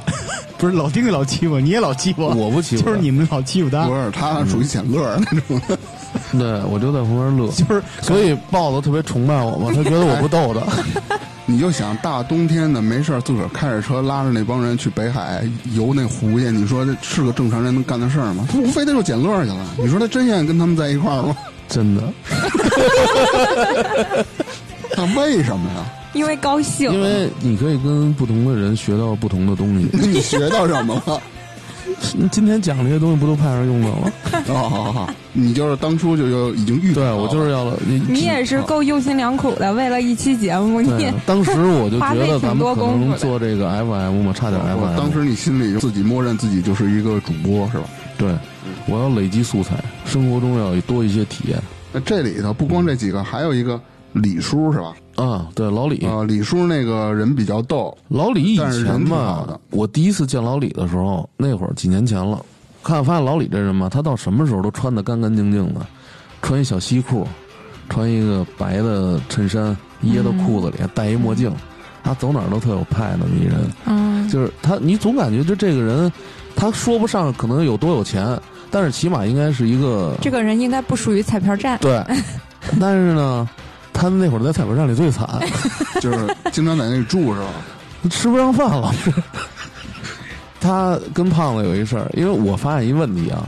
S2: 不是老丁老欺负，你 <laughs> 也老欺负，
S1: 我不欺负他
S2: 就是你们老欺负他
S1: 啊
S4: 不。是他属于捡乐儿那种。
S1: 嗯对我就在旁边乐。
S2: 就是
S1: 所以豹子特别崇拜我嘛，他觉得我不逗他。
S4: <laughs> 你就想大冬天的没事儿自个儿开着车拉着那帮人去北海游那湖去，你说这是个正常人能干的事儿
S1: 嗯
S4: 吗？他无非他就捡乐儿去了。你说他真愿意跟他们在一块儿吗？
S1: 真的，
S4: 那为什么
S1: <laughs>
S4: 呀？
S5: 因为高兴，
S1: 因为你可以跟不同的人学到不同的东西。
S4: 那你学到什么
S1: <laughs>
S4: 了？
S1: 今天讲这些东西不都派上用场了？
S4: 哦，好好好，你就是当初就有已经预
S1: <laughs> 对我就是要
S5: 你也是够用心良苦的。为了一期节目，你
S1: 对啊
S5: 也，
S1: <laughs> 当时我就觉
S5: 花费
S1: 得
S5: 挺
S1: 咱们
S5: 多
S1: 可
S5: 功夫
S1: 能
S5: 的
S1: 做这个 FM 嘛，差点 FM。
S4: 当时你心里就自己默认自己就是一个主播是吧？
S1: 对，我要累积素材，生活中要多一些体验
S4: 那这里头不光这几个，还有一个李叔是吧？
S1: 啊。对，老李，
S4: 啊、李叔那个人比较逗，
S1: 老李以
S4: 但是
S1: 前
S4: 人挺好
S1: 吧
S4: 的，
S1: 我第一次见老李的时候，那会儿几年前了，看发现老李这人嘛，他到什么时候都穿的干干净净的，穿一小西裤，穿一个白的衬衫，掖到裤子里，还戴一墨镜，他走哪儿都特有派那么一人。
S5: 嗯，
S1: 就是他，你总感觉就这个人，他说不上可能有多有钱，但是起码应该是一个
S5: 这个人应该不属于彩票站。
S1: 对。但是呢，他那会儿在彩票站里最惨，
S4: 就是经常在那里住是吧？
S1: 吃不上饭了。 <laughs> 他跟胖子有一事儿，因为我发现一问题啊，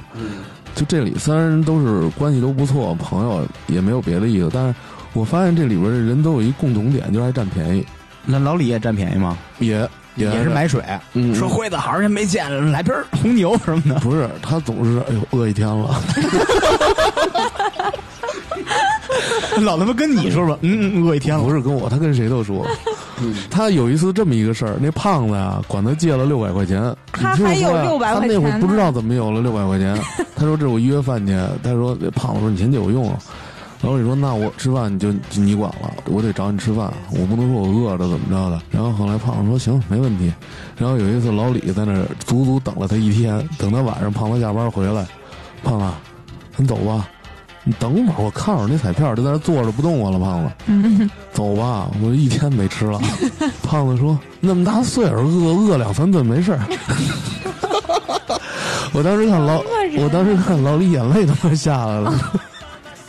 S1: 就这里虽然都是关系都不错，朋友也没有别的意思，但是我发现这里边的人都有一共同点，就是爱占便宜，
S2: 那老李也占便宜吗？
S1: 也也
S2: 也是买水，
S1: 嗯
S2: 说惠子好长时间没见了，来瓶儿 <laughs> 红牛什么的。
S1: 不是，他总是哎呦饿一天了。
S2: 老他妈跟你说 <laughs> 说，嗯，嗯，饿一天了嗯
S1: 不。是跟我，他跟谁都说。他有一次这么一个事儿，那胖子啊，管他借了六百块钱，
S5: 他
S1: 你听我
S5: 还有
S1: 说呀
S5: 600
S1: 他
S5: 块
S1: 那会儿
S5: 钱
S1: 不知
S5: 呢
S1: 道怎么有了六百块钱，他说这是我约饭钱，他说那胖子说你钱借我用啊，然后你说那我吃饭你就就你管了，我得找你吃饭，我不能说我饿着怎么着的。然后后来胖子说行没问题，然后有一次老李在那儿足足等了他一天，等他晚上胖子下班回来，胖子咱走吧，你等会儿我看会儿那彩票，就在那儿坐着不动我了，胖子。走吧，我一天没吃了。 <laughs> 胖子说：“那么大岁数，饿饿两三顿没事儿。” <laughs> 我当时看老，我当时看老李眼泪都快下来了。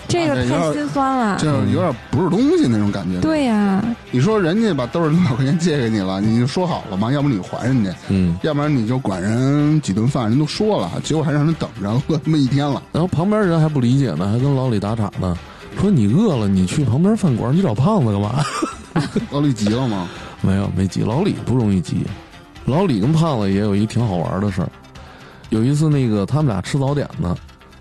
S5: 这个太心酸
S1: 哎
S5: 了。
S4: 就是有点不是东西那种感觉。，
S5: 对呀、
S4: 你说人家把兜里六百块钱借给你了，你就说好了嘛，要不你还人家，
S1: 嗯，
S4: 要不然你就管人几顿饭，人都说了，结果还让人等着，饿他妈一天了。
S1: 然后旁边人还不理解呢，还跟老李打岔呢，说：“你饿了，你去旁边饭馆，你找胖子干嘛
S4: 老李急了吗？？”
S1: 没有，没急。老李不容易急，老李跟胖子也有一挺好玩的事儿。有一次，那个他们俩吃早点呢，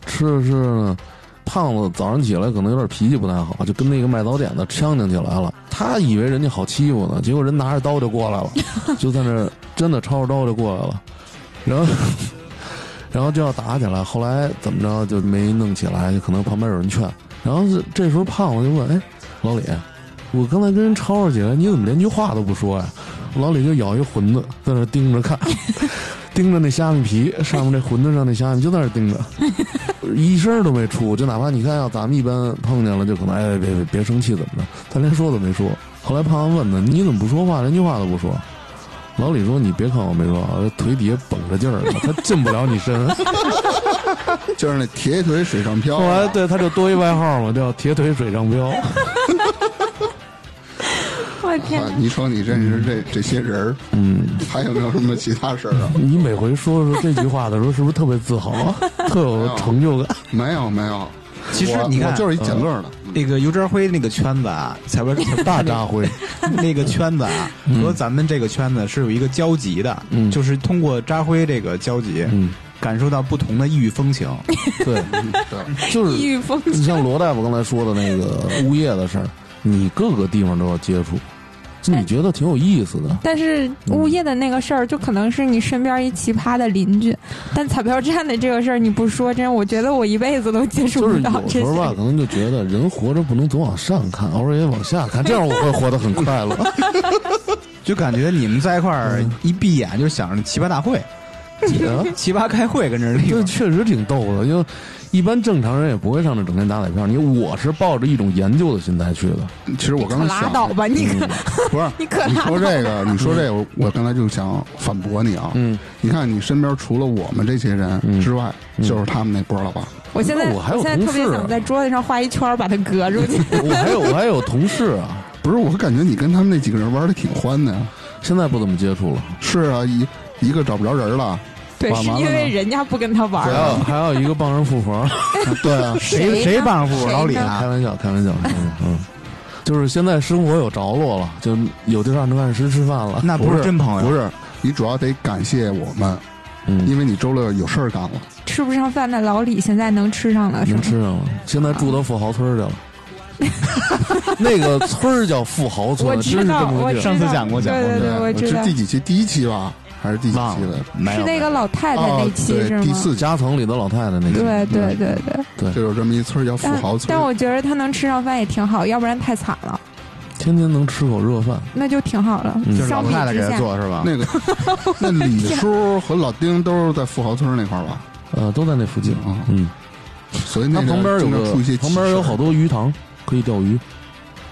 S1: 吃着吃着呢，胖子早上起来可能有点脾气不太好，就跟那个卖早点的呛呛起来了。他以为人家好欺负呢，结果人拿着刀就过来了，就在那儿真的抄着刀就过来了，然后然后就要打起来。后来怎么着就没弄起来，就可能旁边有人劝。然后这这时候胖子就问：“哎，老李，我刚才跟人吵吵起来，你怎么连句话都不说呀？”老李就咬一馄饨，在那儿盯着看，盯着那虾米皮上面这馄饨上那虾米，就在那儿盯着。一声儿都没出，就哪怕你看要咱们一般碰见了，就可能哎别别别生气怎么着，他连说都没说。后来胖子问他你怎么不说话，连句话都不说。老李说：“你别看我没说，我这腿底下绷着劲儿呢，他进不了你身。
S4: 就是那铁腿水上”漂
S1: 后
S4: 啊，
S1: 来对他就多一外号嘛，叫“铁腿水上 <laughs> 漂
S5: 我天
S4: 啊，你瞅你认识这这些人儿，嗯，还有没有什么其他事儿啊”。？
S1: 你每回说说这句话的时候，是不是特别自豪 <laughs> 啊？特有成就感？
S4: 没有没有，
S2: 其实
S4: 我
S2: 你看
S4: 我就是一捡乐的，
S2: 那个油渣灰那个圈子啊，才不是
S1: 大扎
S2: <laughs>
S1: 灰，
S2: 那个圈子啊，和咱们这个圈子是有一个交集的，
S1: 嗯
S2: 就是通过扎灰这个交集，
S1: 嗯
S2: 感受到不同的异域风情。
S1: 对，
S4: 嗯对，
S1: 就是
S5: 异域风
S1: 你像罗大夫刚才说的那个物业的事儿，你各个地方都要接触，就你觉得挺有意思的。
S5: 但是物业的那个事儿，就可能是你身边一奇葩的邻居，但彩票站的这个事儿你不说，真我觉得我一辈子都接触
S1: 就
S5: 不
S1: 是
S5: 到
S1: 有
S5: 这
S1: 时候吧，
S5: 些。
S1: 可能就觉得人活着不能总往上看，偶尔也往下看，这样我会活得很快乐。
S2: 就感觉你们在一块儿一闭眼就想着奇葩大会、
S1: 啊
S2: 奇葩开会跟这儿立
S1: 这确实挺逗的，因为一般正常人也不会上这整天打彩票。你我是抱着一种研究的心态去的，
S2: 嗯
S4: 其实我刚
S5: 可
S4: 才
S5: 拉
S4: 想
S5: 倒
S4: 的，
S5: 吧，你可
S1: 嗯
S4: 不是
S5: <laughs> 你可
S4: 你
S5: 拉倒嗯
S4: 说这个，你说这个，我我刚才就想反驳你啊。
S1: 嗯，
S4: 你看你身边除了我们这些
S5: 嗯
S4: 人之外，就是他们那波了吧？
S5: 我现在
S1: 那我还有
S5: 现在特别
S1: 同事啊
S5: 想在桌子上画一圈儿把它隔出去。
S1: 我还有我还有同事啊，
S4: 不是，我感觉你跟他们那几个人玩的挺欢的呀。
S1: 现在不怎么接触了。
S4: 是啊，一一个找不着人了，
S5: 对，
S4: 干
S5: 是
S4: 嘛
S5: 因
S4: 了呢
S5: 为人家不跟他玩
S1: 还
S5: 儿。
S1: 有还有一个傍人富婆，
S4: 对啊，
S5: <laughs>
S2: 谁
S5: 谁
S2: 谁
S5: 呢
S2: 帮扶
S5: 谁
S2: 老李
S5: 呢
S1: 开
S2: 啊？
S1: 玩笑开玩笑，开玩笑嗯，就是现在生活有着落了，就有地儿按时按时吃饭了。
S2: 那不
S4: 不
S2: 是真朋友，
S4: 不是，你主要得感谢我们，
S1: 嗯，
S4: 因为你周六有事儿干了。
S5: 吃不上饭的老李现在能吃上了，是
S1: 能
S5: 吗？
S1: 吃上了，现在住到富豪村儿去了。那个村儿叫富豪
S5: 我
S1: 村，真
S5: 知
S1: 是这
S5: 道，
S1: 么
S5: 我
S1: 回
S5: 知
S1: 事
S5: 道。
S1: 儿。
S2: 上次讲过讲过
S5: 对对对，
S4: 我
S5: 我知道
S4: 是。第几期？第一期吧，还是第几
S1: 忘
S4: 期的
S1: 了？，没
S5: 是
S1: 有
S5: 那个老太太
S4: 啊
S5: 那期
S4: 对
S5: 是
S4: 第
S5: 吗？
S4: 四期
S1: 夹层里的老太太那个。
S5: 对对对对，
S4: 就有这么一村儿叫富
S5: 但
S4: 豪村
S5: 但。我觉得他能吃上饭也挺好，要不然太惨了，
S1: 天天能吃口热饭。
S5: 那就挺好了。
S1: 嗯
S2: 就是
S5: 相
S2: 老
S5: 比
S2: 太太给
S5: 之
S2: 他
S5: 下，
S2: 做的是吧？
S4: 那个，那李叔和老丁都是在富豪村那块儿吧？
S1: 呃，都在那附近
S4: 啊
S1: 嗯，
S4: 所以
S1: 它
S4: 那
S1: 旁边有
S4: 经常
S1: 个
S4: 出一些
S1: 旁边有好
S4: 多。
S1: 多鱼塘，可以钓鱼。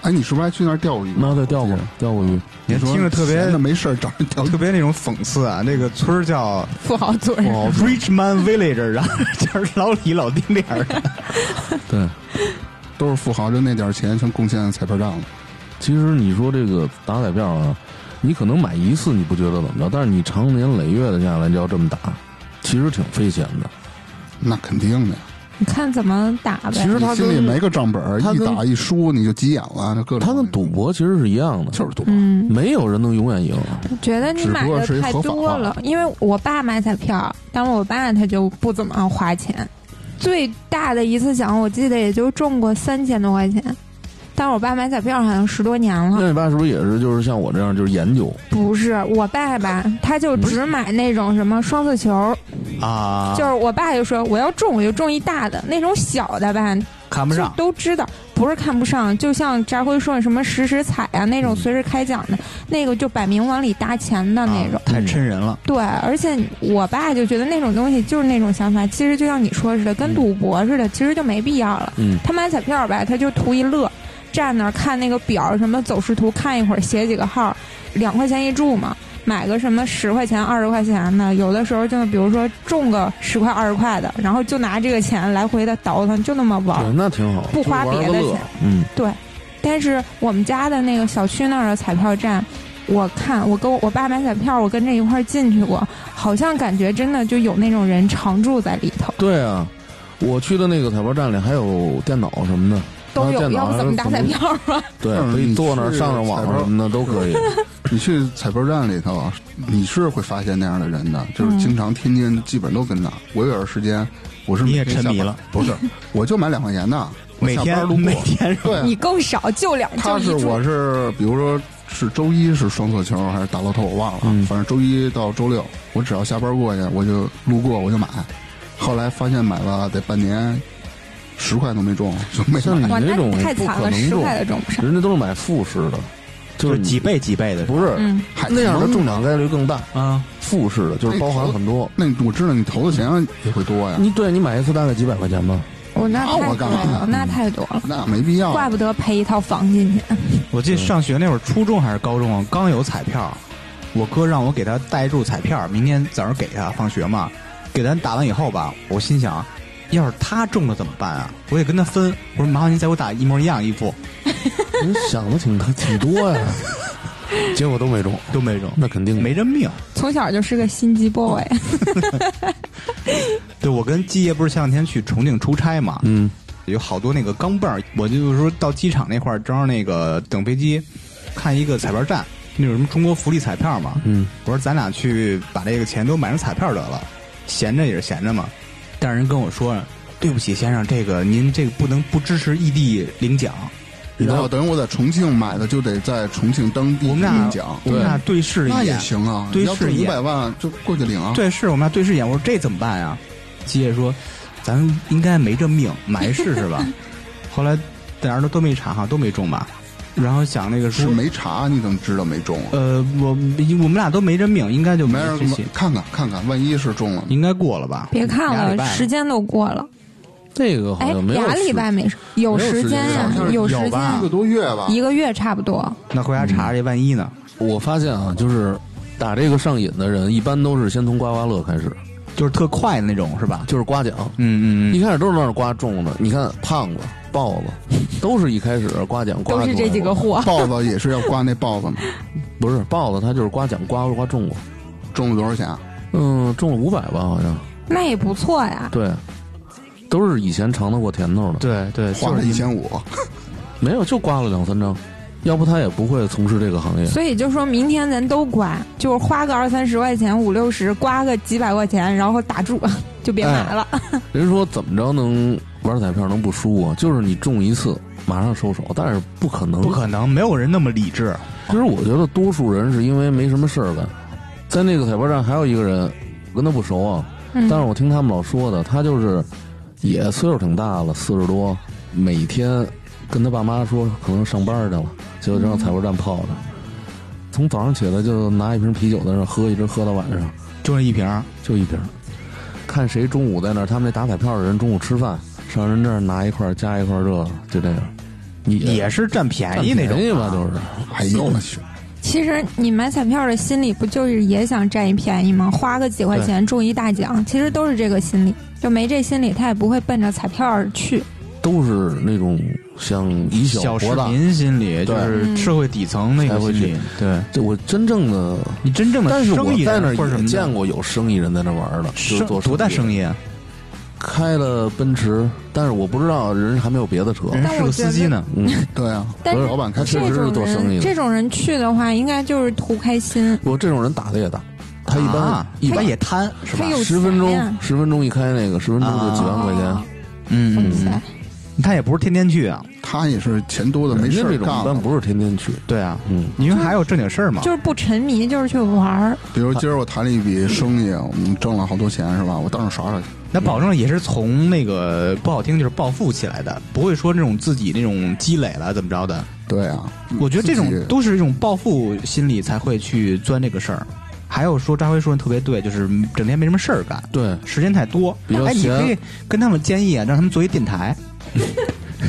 S4: 哎，你是不是还去那儿钓鱼？
S1: 那对，钓过钓过鱼。
S4: 你说
S2: 听着特别
S4: 闲的没事儿找人钓鱼
S2: 特，别那种讽刺啊！那个村儿叫
S5: 富豪做
S2: 哎
S5: 人，
S2: Rich Man Village，然后 <laughs> 就是老李老丁这样的。
S1: 对，
S4: 都是富豪，就那点儿钱全贡献在彩票站了。
S1: 其实你说这个打彩票啊，你可能买一次你不觉得怎么着，但是你长年累月的下来，你要这么打，其实挺费钱的。
S4: 那肯定的，
S5: 你看怎么打呗。
S1: 其实它
S4: 你心里
S1: 跟
S4: 没个账本儿，
S1: 它
S4: 一
S1: 跟
S4: 打一输你就急眼了，就各种
S1: 它跟赌博其实是一样的，
S4: 就是赌博。
S5: 嗯，
S1: 没有人能永远赢。
S5: 觉得你买的太多了，因为我爸买彩票，但我爸他就不怎么花钱，最大的一次奖我记得也就中过三千多块钱，但我爸买彩票好像十多年了。
S1: 那你爸是不是也是就是像我这样就是研究？
S5: 不是我爸爸，他就只买那种什么双色球，
S2: 啊，
S5: 就是我爸就说我要中我就中一大的，那种小的吧，
S2: 看不
S5: 就
S2: 上。
S5: 都知道，不是看不上，就像扎辉说的什么时时彩啊那种
S2: 嗯
S5: 随时开奖的，那个就摆明往里搭钱的那种。
S2: 啊太抻人了，
S5: 对，而且我爸就觉得那种东西就是那种想法，其实就像你说似的，跟赌博似的，其实就没必要了。
S1: 嗯
S5: 他买彩票吧，他就图一乐，站那儿看那个表，什么走势图，看一会儿，写几个号，两块钱一注嘛，买个什么十块钱、二十块钱的，有的时候就比如说中个十块、二十块的，然后就拿这个钱来回的倒腾，就那么玩儿
S1: 对，。那挺好，
S5: 嗯不花
S1: 就玩
S5: 别
S1: 个
S5: 的
S1: 乐
S5: 钱。
S1: 嗯，
S5: 但是我们家的那个小区那儿的彩票站，我看我跟我爸买彩票，我跟着一块儿进去过，好像感觉真的就有那种人常住在里头，
S1: 对啊，我去的那个彩票站里还有电脑什么的，
S5: 都有，
S1: 电脑
S5: 要不
S1: 还
S5: 怎
S1: 是
S5: 么打彩票啊？
S1: 对，
S4: 嗯
S1: 可以坐那儿
S4: 你去
S1: 上上网
S4: 彩票
S1: 什么的都
S5: <laughs>
S1: 可以。
S4: 你去彩票站里头，你是会发现那样的人的，就是经常天天基本都跟那。我有段时间，我是
S2: 你也
S4: 每天
S2: 沉
S4: 下
S2: 迷
S4: 班
S2: 了，
S4: 不是，我就买两块钱的，我
S2: 每
S4: 下
S2: 天
S4: 班路过
S2: 每，天是吧
S5: <laughs>
S4: 对啊，
S5: 你更少，就两就
S4: 他
S5: 一
S4: 是
S5: 注
S4: 我。是，比如说是周一是双色球还是打乐透，我忘了，反正周一到周六，我只要下班过去，我就路过我就买。后来发现买了得半年，十块都没中，就没
S1: 像你
S4: 买。
S5: 哇，
S1: 这
S5: 那
S1: 种
S5: 太
S1: 不
S5: 惨
S1: 可
S5: 了，
S1: 能
S5: 十
S1: 中，
S5: 块的中不上。
S1: 人家都是买副式的，
S2: 就是是几倍几倍的，
S1: 不是
S5: 嗯，
S4: 嗨
S1: 那样的中奖概率更大，
S2: 啊，
S1: 副式的就是包含很多。
S4: 那我知道你投的钱也会多呀，
S1: 哎你对你买一次大概几百块钱 <laughs> 吧，
S5: 我哦那
S4: 那
S5: 太
S4: 我
S5: 多
S4: 干嘛嗯
S5: 了，那太多了，
S4: 那没必
S5: <laughs>
S4: 要。
S5: 怪不得赔一套房进去。
S1: 嗯
S2: 我记得上学那会儿，初中还是高中，刚有彩票，我哥让我给他带一注彩票，明天早上给他放学嘛，给咱打完以后吧，我心想，要是他中了怎么办啊？我得跟他分。我说麻烦您再给我打一模一样一副，
S1: 你想的挺挺多呀， <laughs> 结果都没中，
S2: 都没中，
S1: 那肯定的
S2: 没这命。
S5: 从小就是个心机 boy，
S2: 对我跟季爷不是前两天去重庆出差嘛，
S1: 嗯，
S2: 有好多那个钢镚儿，我就是说到机场那块儿，正好那个等飞机，看一个彩票站，那有什么中国福利彩票嘛，
S1: 嗯，
S2: 我说咱俩去把这个钱都买成彩票得了，闲着也是闲着嘛，但是人跟我说，对不起先生，这个您这个不能不支持异地领奖，
S4: 然后等于我在重庆买的，就得在重庆当地
S2: 我们俩
S4: 领奖。
S2: 我们俩对视一眼，
S4: 那也行啊，
S2: 对
S4: 你要
S2: 视
S4: 挣
S2: 一
S4: 五
S2: 眼
S4: 百万就过去领啊。
S2: 对，是我们俩对视一眼，我说这怎么办呀？基业说，咱应该没这命，买试试
S4: <laughs>
S2: 吧。后来在那儿都都没查哈，都没中吧。然后想那个
S4: 是
S2: 说，
S4: 没查，你怎么知道没中啊？
S2: 呃，我我们俩都没这命，应该就
S4: 没
S2: 这
S4: 人
S2: 些，
S4: 看看看看，万一是中了呢，
S2: 应该过了吧？
S5: 别看
S2: 俩礼
S5: 了，
S2: 拜
S5: 时间都过了。
S1: 这个好
S5: 哎
S1: 像，哦没有
S5: 俩礼
S1: 时
S5: 拜没有时间呀
S4: 好
S1: 哎
S4: 像，是
S5: 有
S2: 有
S5: 时间
S2: 吧
S4: 一个多月吧。
S5: 一个月差不多。
S2: 那回家查查，万一呢？
S1: 我发现啊，就是打这个上瘾的人，一般都是先从刮刮乐开始，
S2: 就是特快的那种，是吧？
S1: 就是刮奖。
S2: 嗯嗯
S1: 一
S2: 嗯，
S1: 开始都是那儿刮中的，你看胖子、豹子，都是一开始刮奖刮
S5: 都是
S1: 出
S5: 这
S1: 来
S5: 几个
S1: 过
S5: 货，
S4: 豹子也是要刮那豹子嘛，
S1: 不是豹子，他就是刮奖刮刮中过，
S4: 中了多少钱啊？
S1: 嗯，中了五百吧，好像
S5: 那也不错呀。
S1: 对，都是以前尝到过甜头的，
S2: 对对，
S4: 花了
S2: 就是
S4: 一
S1: <laughs>
S4: 千五，
S1: 没有就刮了两三张，要不他也不会从事这个行业。
S5: 所以就说明天咱都刮，就是花个二三十块钱、五六十，刮个几百块钱，然后打住， <laughs> 就别
S1: 哎
S5: 买了。
S1: 人说怎么着能玩彩票能不输啊？就是你中一次马上收手，但是不可能，
S2: 不可能，没有人那么理智。
S1: 其实我觉得多数人是因为没什么事儿干，在那个彩票站还有一个人，我跟他不熟啊，
S5: 嗯
S1: 但是我听他们老说的，他就是也岁数挺大了，四十多，每天跟他爸妈说可能上班去了，结果就让彩票站泡着，从早上起来就拿一瓶啤酒在那儿喝，一直喝到晚上，
S2: 就那一瓶儿，
S1: 就一瓶儿，看谁中午在那儿，他们那打彩票的人中午吃饭上人这儿拿一块儿加一块儿这个，就这样，你
S2: 也是占便宜那种
S1: 占便宜吧，
S2: 啊
S1: 都是。
S4: 哎呦我去！
S5: 其实你买彩票的心理不就是也想占一便宜吗？花个几块钱中一大奖，其实都是这个心理。就没这心理，他也不会奔着彩票而去。
S1: 都是那种想以
S2: 小
S1: 小
S2: 市
S1: 博大。
S2: 民心理就
S1: 对
S2: 是
S5: 嗯
S2: 社会底层那
S1: 才
S2: 个
S1: 会
S2: 心
S1: 去
S2: 理，对
S1: 这我真正的，
S2: 你真正的
S1: 但是我
S2: 生意
S1: 在
S2: 人
S1: 那
S2: 或者什
S1: 儿也
S2: 么的
S1: 见过有生意人在那玩儿的，就是
S2: 生
S1: 做
S2: 多大生
S1: 意，
S2: 意啊？
S1: 开了奔驰，但是我不知道人还没有别的车。
S2: 人是个司机呢，
S1: 嗯，
S4: 对啊，
S5: 但
S1: 不
S5: 是
S1: 是
S4: 老板开
S1: 他确
S5: 这
S1: 实是
S5: 种
S1: 做生意
S5: 人，
S1: 的
S5: 这。种人去的话，应该就是图开心。
S1: 我这种人打的也大，他一般
S2: 啊
S1: 一
S2: 他
S1: 般
S2: 也贪是吧
S5: 他？有
S1: 十分
S5: 钱
S1: 钟
S5: 呀
S1: 十分钟一开那个，十分钟就几万块
S5: 哦
S1: 钱。
S2: 嗯
S5: 哇
S2: 嗯
S5: 塞
S2: 嗯，他也不是天天去啊，
S4: 他也是钱多的没事
S1: 人家
S4: 儿
S1: 这种一
S4: 干
S1: 般
S4: 了。
S1: 不是天天去，
S2: 对啊，
S1: 嗯，
S2: 因为还有正经事儿嘛
S5: 就。是不沉迷，就是去玩儿。
S4: 比如今儿我谈了一笔生意，我们挣了好多钱是吧？我到那耍耍去。
S2: 那保证也是从那个不好听就是暴富起来的，不会说那种自己那种积累了怎么着的。
S4: 对啊，
S2: 我觉得这种
S4: 自己
S2: 都是一种暴富心理才会去钻这个事儿。还有说张辉说的特别对，就是整天没什么事儿干，
S1: 对，
S2: 时间太多。
S1: 比较
S2: 哎，你
S1: 闲
S2: 可以跟他们建议啊，让他们做一电台。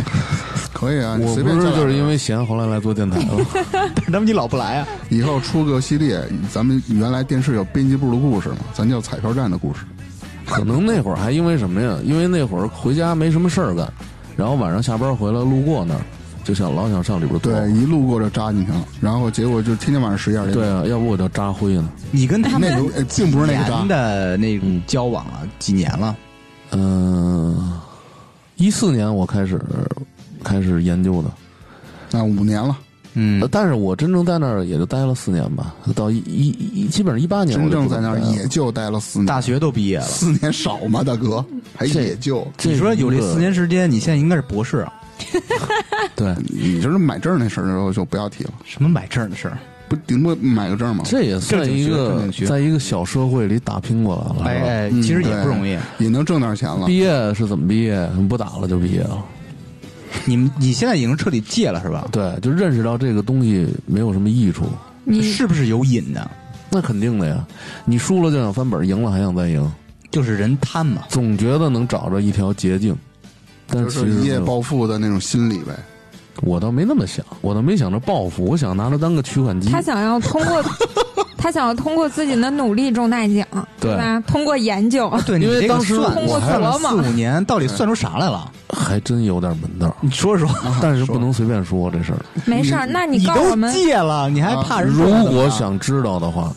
S2: <laughs>
S4: 可以啊，你
S1: 我
S4: 随
S1: 不
S4: 便
S1: 是
S4: 叫俩
S1: 就是
S4: 人
S1: 因为闲，后来来做电台
S4: <laughs>
S1: 了。
S2: 但是他们你老不来啊，
S4: 以后出个系列，咱们原来电视有编辑部的故事嘛，咱叫彩票站的故事。
S1: 可能那会儿还因为什么呀？因为那会儿回家没什么事儿干，然后晚上下班回来路过那儿，就想老想上里边坐。
S4: 对，一路过就扎进去了，然后结果就天天晚上十一二点。
S1: 哦对，啊，要不我叫扎辉呢？
S2: 你跟他们
S4: 那个呃并不是那
S2: 年
S4: 个扎，
S2: 的那种交往啊，几年了？
S1: 嗯、一四年我开始开始研究的，
S4: 那五年了，
S2: 嗯
S1: 呃，但是我真正在那儿也就待了四年吧，到一一一基本上一八年
S4: 真正在那儿
S1: 哎我就不啊
S4: 也就待了四年，
S2: 大学都毕业了。
S4: 四年少吗，大哥？还
S1: 这
S4: 也就
S1: 这
S2: 你说有这
S1: 一个
S2: 四年时间，你现在应该是博士啊？
S1: 对，
S4: 你就是买证那事儿就就不要提了，
S2: 什么买证的事儿？
S4: 不顶多买个证吗？
S1: 这也算一
S2: 正
S1: 个
S2: 经学
S1: 在一个小社会里打拼过来了。
S2: 哎
S1: 是吧
S2: 哎，
S4: 嗯
S2: 其实也不容易。
S4: 也能挣点钱了。
S1: 毕业是怎么毕业？不打了就毕业了。
S2: 你们你现在已经彻底戒了是吧？
S1: 对，就认识到这个东西没有什么益处。
S4: 嗯
S5: 你
S2: 是不是有瘾呢？
S1: 那肯定的呀，你输了就想翻本，赢了还想再赢，
S2: 就是人贪嘛。
S1: 总觉得能找着一条捷径，但
S4: 就
S1: 其
S4: 是
S1: 实
S4: 一夜
S1: 没有
S4: 暴富的那种心理呗，
S1: 嗯我倒没那么想，我倒没想着报复，我想拿它当个取款机。 <laughs>
S5: 他想要通过他想通过自己的努力中大奖，
S2: 对
S5: 吧？通过研究，
S2: 对，你
S1: 因为
S2: 这个
S1: 当时
S2: 算
S5: 我还
S2: 算了
S5: 琢磨
S2: 四五年，到底算出啥来了？
S1: 还真有点门道，
S2: 你说说，
S1: <laughs> 但是不能随便说这事儿。
S5: <laughs> 没事儿。那你告诉我
S2: 都
S5: 们，
S2: 戒了，你还怕啊人
S1: 如
S2: 说怎么
S1: 果
S2: 了
S1: 想知道的话，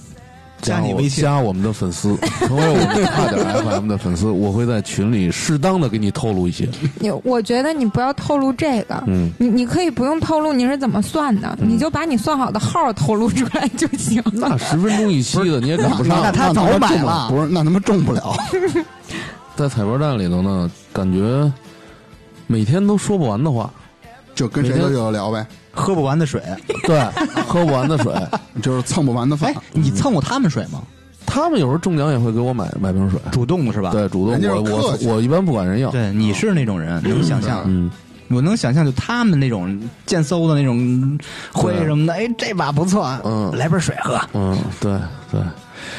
S2: 加你
S1: 我
S2: 微信
S1: 加我们的粉
S2: <laughs>
S1: 丝，成为我们差点 FM 的粉丝，我会在群里适当的给你透露
S2: <laughs>
S1: 一些。
S5: 你我觉得你不要透露这个，
S1: 嗯，
S5: 你你可以不用透露你是怎么算的，你就把你算好的号透露出来就行了
S1: 那。十分钟一期的你也赶不上。
S2: <laughs> 那他
S4: 那
S2: 早
S4: 妈
S2: 买
S4: 中不
S2: 了
S4: 不是那他妈中不了。 <laughs>
S1: 在彩票站里头呢，感觉每天都说不完的
S4: <laughs>
S1: 话，
S4: 就跟谁
S1: 每
S4: 都
S1: 天
S4: 有聊呗，
S2: 喝不完的水。
S1: 对，喝不完的水。
S4: 就是蹭不完的饭
S2: 哎。，你蹭过他们水吗？
S1: 他们有时候中奖也会给我买买瓶水，
S2: 主动的是吧？
S1: 对，主动
S4: 人家是
S1: 我我
S4: 客气
S1: 我一般不管人要。
S2: 对，你是那种人，能想象。
S1: 嗯，
S2: 我能想象，就他们那种贱嗖的那种灰什么的，哎，这把不错，
S1: 嗯
S2: 来杯水喝。
S1: 嗯，对对。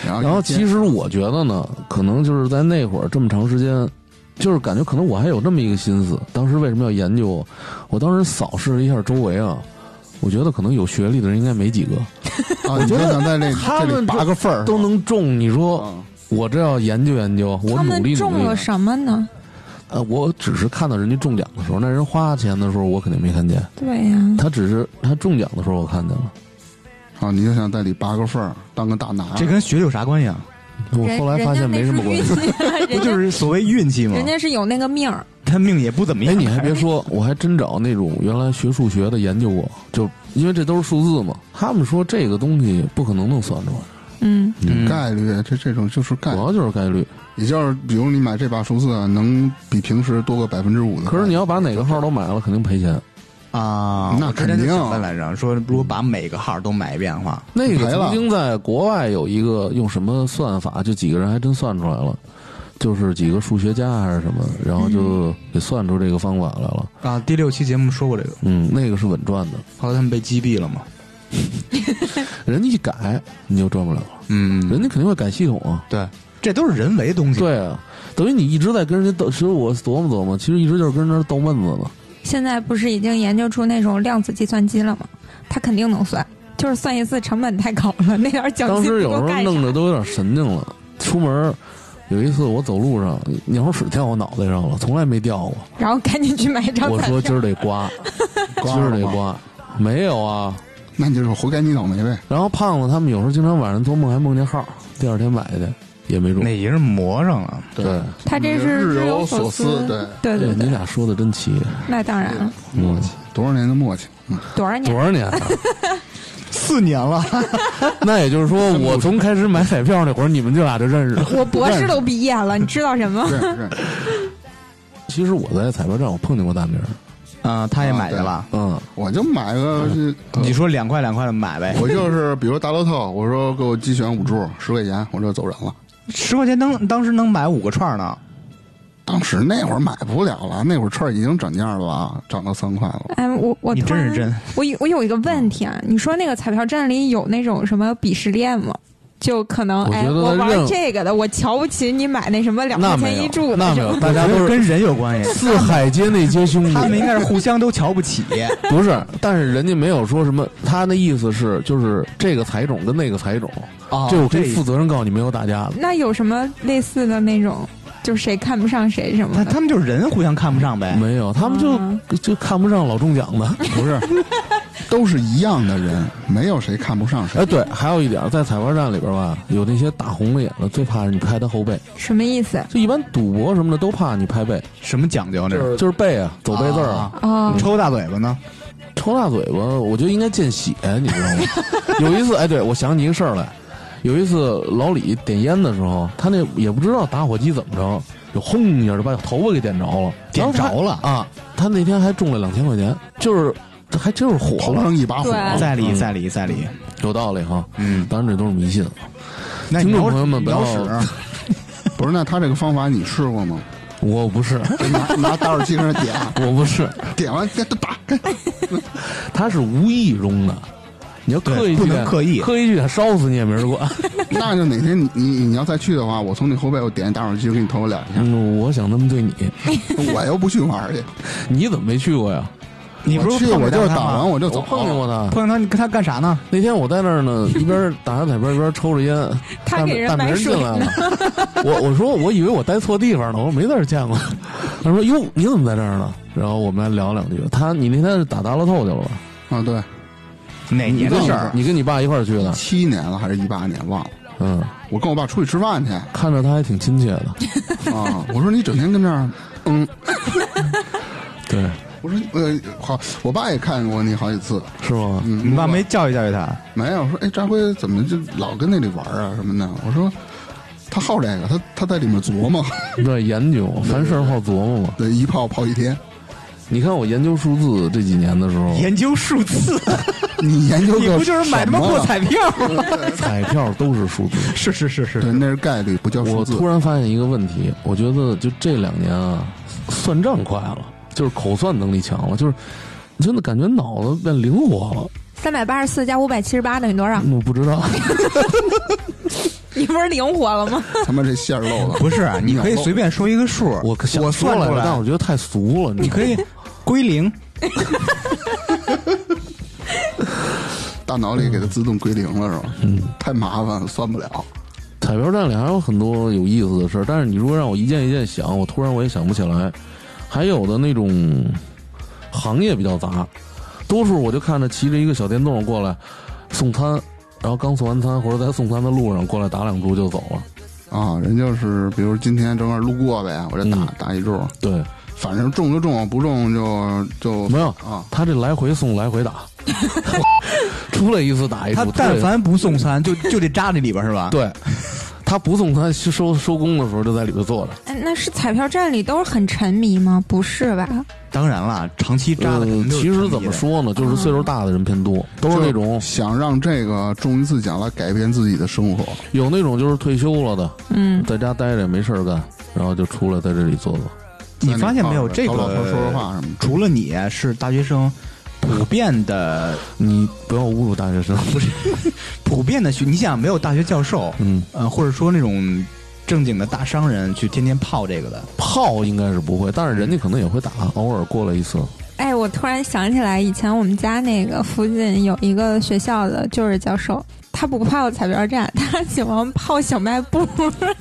S4: 然后
S1: 然后其
S4: 实
S1: 实我觉得呢，可能就是在那会儿这么长时间，就是感觉可能我还有这么一个心思。当时为什么要研究？我当时扫视一下周围啊，我觉得可能有学历的人应该没几个，
S4: 啊，你就想在这
S1: 他
S4: 这里
S1: 们
S4: 拔个份儿，
S1: 都能中。你说
S4: 啊
S1: 我这要研究研究，我
S5: 他
S1: 努
S5: 们
S1: 力
S5: 中
S1: 努
S5: 了
S1: 力。
S5: 什么呢？
S1: 呃，我只是看到人家中奖的时候，那人花钱的时候，我肯定没看见。
S5: 对呀、
S1: 他只是他中奖的时候我看见了。
S4: 啊，你就想在里拔个份儿，当个大拿。
S2: 这跟学历有啥关系啊？
S1: 我
S5: 人
S1: 后来发现没什么关系。<laughs>
S2: 不
S5: 人家那是运气人
S2: 就
S5: 家
S2: 是所谓运气吗
S5: 人？家是有那个命儿，
S2: 他命也不怎么
S1: <laughs> 哎，
S2: 样。
S1: 你还别说，我还真找那种原来学数学的研究过，就因为这都是数字嘛，他们说这个东西不可能能算出来，
S5: 嗯，
S2: 嗯
S4: 概率，这这种就是概
S1: 主
S4: 率，
S1: 要就是概率。
S4: 也就是比如你买这把数字啊，能比平时多个百分之五的概率。
S1: 可是你要把哪个号都买了，肯定赔钱。
S2: 啊，
S4: 那
S2: 我之前就
S4: 肯定
S2: 想问来着，说如果把每个号都买一遍的话，
S1: 那个
S4: 赔了
S1: 曾经在国外有一个用什么算法，就几个人还真算出来了，就是几个数学家还是什么，然后
S5: 嗯
S1: 就给算出这个方法来了。
S2: 啊，第六期节目说过这个，
S1: 嗯，那个是稳赚的，
S2: 后来他们被击毙了嘛。
S1: 人家一改你就赚不了了，
S2: 嗯，
S1: 人家肯定会改系统啊。
S2: 对，这都是人为东西。，
S1: 对啊，等于你一直在跟人家斗，其实我琢磨琢磨，其实一直就是跟人家斗闷子呢。
S5: 现在不是已经研究出那种量子计算机了吗？它肯定能算，就是算一次成本太高了，那点儿奖
S1: 当
S5: 金
S1: 时
S5: 不
S1: 有时
S5: 够
S1: 候
S5: 干
S1: 弄
S5: 啥
S1: 得都有点神经了。出门儿有一次我走路上，鸟屎掉我脑袋上了，从来没掉过。
S5: 然后赶紧去买一张
S1: 我
S5: 彩
S1: 说今
S5: 票。
S1: 儿得刮，
S5: <laughs>
S1: 今儿得刮，没有啊。
S4: 那你就是活该你倒霉呗。
S1: 然后胖子他们有时候经常晚上做梦还梦见号，第二天买去也没中
S2: 那。也是磨上啊了。
S1: 对，
S5: 他这是
S4: 日
S5: 日
S4: 有
S5: 所
S4: 所思对
S5: 对对
S1: 哎你
S5: 对，
S1: 俩说的真
S5: <laughs>
S1: 齐，
S5: 那当然了，
S1: 默契
S4: 多少年的默契，嗯
S5: 多少年
S1: 多？少年啊？
S2: 四年了，
S1: 那也就是说，我从开始买彩票那会儿，你们就俩就认识了。
S5: 我博士都毕业了，你知道什么？
S4: 认识认识。
S1: 其实我在彩票站我碰见过大明儿，
S2: 嗯，他也买去了。
S1: 嗯，
S4: 我就买个，
S2: 嗯你说两块两块的买呗，
S4: 我就是比如大乐透，我说给我鸡选五注十块钱，我这走人了。
S2: 十块钱当当时能买五个串呢。
S4: 当时那会儿买不了了，那会儿串儿已经涨价了吧，涨到三块了。
S5: 哎，我我
S2: 你
S5: 突
S2: 真
S5: 然
S2: 是真，
S5: 我有我有一个问题啊，你说那个彩票站里有那种什么鄙视链吗？就可能
S1: 我
S5: 哎，
S1: 觉得
S5: 我
S1: 任
S5: 玩这个的，我瞧不起你买那什么两
S1: 那
S5: 块
S1: 没
S5: 钱
S1: 有
S5: 一注，的
S1: 那没
S5: 什么
S1: 有，大家都是
S2: 跟人有关系，
S1: 四海街那街兄弟，
S2: <laughs> 他们应该是互相都瞧不 <laughs> 起。
S1: 不是，但是人家没有说什么，他那意思是就是这个彩种跟那个彩种，
S2: 哦
S1: 这我可以负责任告诉你，没有打架的。
S5: 那有什么类似的那种，就是谁看不上谁什么
S2: 他
S5: 的？
S2: 他们就是人互相看不上呗。
S1: 没有，他们就、就看不上老中奖的。
S4: 不是，都是一样的人，没有谁看不上谁
S1: 哎，。对，还有一点，在彩票站里边吧，有那些打红了眼的，最怕是你拍他后背。
S5: 什么意思？
S1: 就一般赌博什么的都怕你拍背，
S2: 什么讲究这是？
S1: 就是背啊，走背字儿
S2: 啊，
S5: 哦，
S2: 抽大嘴巴呢？
S1: 抽大嘴巴，我觉得应该见血，你知道吗？有一次，哎，对我想起一个事儿来，有一次老李点烟的时候，他那也不知道打火机怎么着，就轰一下就把头发给点着了，
S2: 点着了
S1: 然后他啊！他那天还中了两千块钱，就是他还真是火
S4: 头
S1: 了，
S4: 上一把火，
S5: 对
S2: 在理在理在理。
S1: 有道理哈。
S2: 嗯，
S1: 当然这都是迷信，
S2: 那
S1: 听
S2: 你
S1: 众
S2: 要
S1: 朋友们不要
S2: 要使，
S4: 不是？那他这个方法你试过吗？
S1: 我不
S2: <laughs>
S1: 是，
S4: 就拿拿打火机跟那点，啊
S1: 我不是，
S4: 点完再打，跟
S1: 他是无意中的。你要刻意
S2: 对不
S1: 去
S2: 能刻意
S1: 刻意去烧死你也没人
S2: <laughs>
S1: 管。
S4: 那就哪天你你你要再去的话，我从你后背我点一打火机，我给你头发燎一
S1: 嗯我想这么对你，
S4: 下，我又不去玩儿去。
S1: 你怎么没去过呀？
S2: 你不是
S4: 去
S2: 碰
S4: 我就
S2: 着
S4: 是
S2: 他
S4: 打
S2: 吗
S4: 完我就
S1: 我
S4: 走，
S1: 碰见过他。
S2: 碰见他，你跟他干啥呢？
S1: 那天我在那儿
S5: <laughs>
S1: 呢，一边打着彩票一边抽着烟，
S5: 他
S1: 大
S5: 给人
S1: 大明
S5: 买
S1: 儿进
S5: 水
S1: 来了。
S5: <laughs>
S1: 我我说我以为我待错地方了，我说没在这儿见过。他说哟，你怎么在这儿呢？然后我们还聊两句。他你那天是打大乐透去了吧？
S4: 啊，对，
S2: 哪
S4: 你
S2: 年的
S4: 问
S2: 事
S4: 我
S2: 儿？
S1: 你跟你爸一块儿去的，
S4: 七年了还是一八年忘了。
S1: 嗯，
S4: 我跟我爸出去吃饭去啊，
S1: 看着他还挺亲切
S2: <laughs>
S1: 的。
S4: <laughs> 我说你整天跟这儿，嗯，
S1: 对，
S4: 我说呃好，我爸也看过你好几次，
S1: 是吗？
S4: 嗯，
S2: 你爸没教育教育他？
S4: 没有说哎，张辉怎么就老跟那里玩啊什么的？我说他好这个，他他在里面琢磨，
S1: 对，研究
S2: 嗯
S1: 凡事好琢磨嘛。
S4: <laughs> 对，一泡泡一天。
S1: 你看我研究数字这几年的时候，
S2: 研究数字，
S4: 你研究
S2: 你
S4: 个
S2: 不就是买
S4: 什
S2: 他妈
S4: 么
S2: 过
S4: 了？
S2: 彩票吗？
S1: 彩票都 <laughs> 是数字。
S2: 是是是是
S4: 对，那是概 <laughs> 率，不叫数
S1: 我
S4: 字
S1: 突。然发现一个问题，我觉得就这两年啊，算账快了，就是口算能力强了，就是你真的感觉脑子变灵活了。
S5: 三百八十四加五百七十八等于多少？
S1: 我不知道，
S5: 你不是灵活了吗？
S4: 他妈这馅儿 <laughs> 漏了，
S2: <laughs> 不是啊，你可以随便说一个数，
S1: 我想说
S2: 我算
S1: 来
S2: 出
S1: 着，但
S2: 来
S1: 我，觉得太俗了。
S2: 你
S1: <laughs>
S2: 可以归零。
S4: 大脑里给它自动归零了是吧？嗯，太麻烦了，算不了。
S1: 彩票站里还有很多有意思的事儿，但是你如果让我一件一件想，我突然我也想不起来。还有的那种行业比较杂，多数我就看着骑着一个小电动过来送餐，然后刚送完餐或者在送餐的路上过来打两注就走了。
S4: 啊，人就是，比如今天正好路过呗，我这打、
S1: 嗯
S4: 打一注，
S1: 对，
S4: 反正中就中，不中就就
S1: 没有
S4: 啊。
S1: 他这来回送来回打， <laughs> 出来一次打一
S2: 他
S1: 注。
S2: 但
S1: 哎对
S2: 凡不嗯送餐，就就得扎这里边是吧？
S1: 对，他不送餐收收工的时候就在里头坐着。
S5: 哎那是彩票站里都是很沉迷吗？不是吧？
S2: 当然了，长期扎的肯定
S1: 嗯
S2: 都是
S1: 其
S2: 成
S1: 实
S2: 绩
S1: 怎么
S2: 的？嗯
S1: 说呢，就是岁数大的人偏多，都是那种
S4: 想让这个中一次奖来改变自己的生活，
S1: 有那种就是退休了的，
S5: 嗯，
S1: 在家待着也没事儿干，然后就出来在这里坐坐。
S2: 你发现没有？这
S4: 找
S2: 个
S4: 老头说说话什么
S2: 除了你是大学生，普遍的
S1: 你不要侮辱大学生， <laughs>
S2: 普遍的学，你想没有大学教授，
S1: 嗯，
S2: 呃，或者说那种正经的大商人去天天泡这个的，
S1: 泡应该是不会，但是人家可能也会
S2: 嗯
S1: 打，偶尔过来一次。
S5: 哎，我突然想起来，以前我们家那个附近有一个学校的就是教授，他不泡彩票站，他喜欢泡小卖
S2: <laughs>
S5: 部，
S4: 的，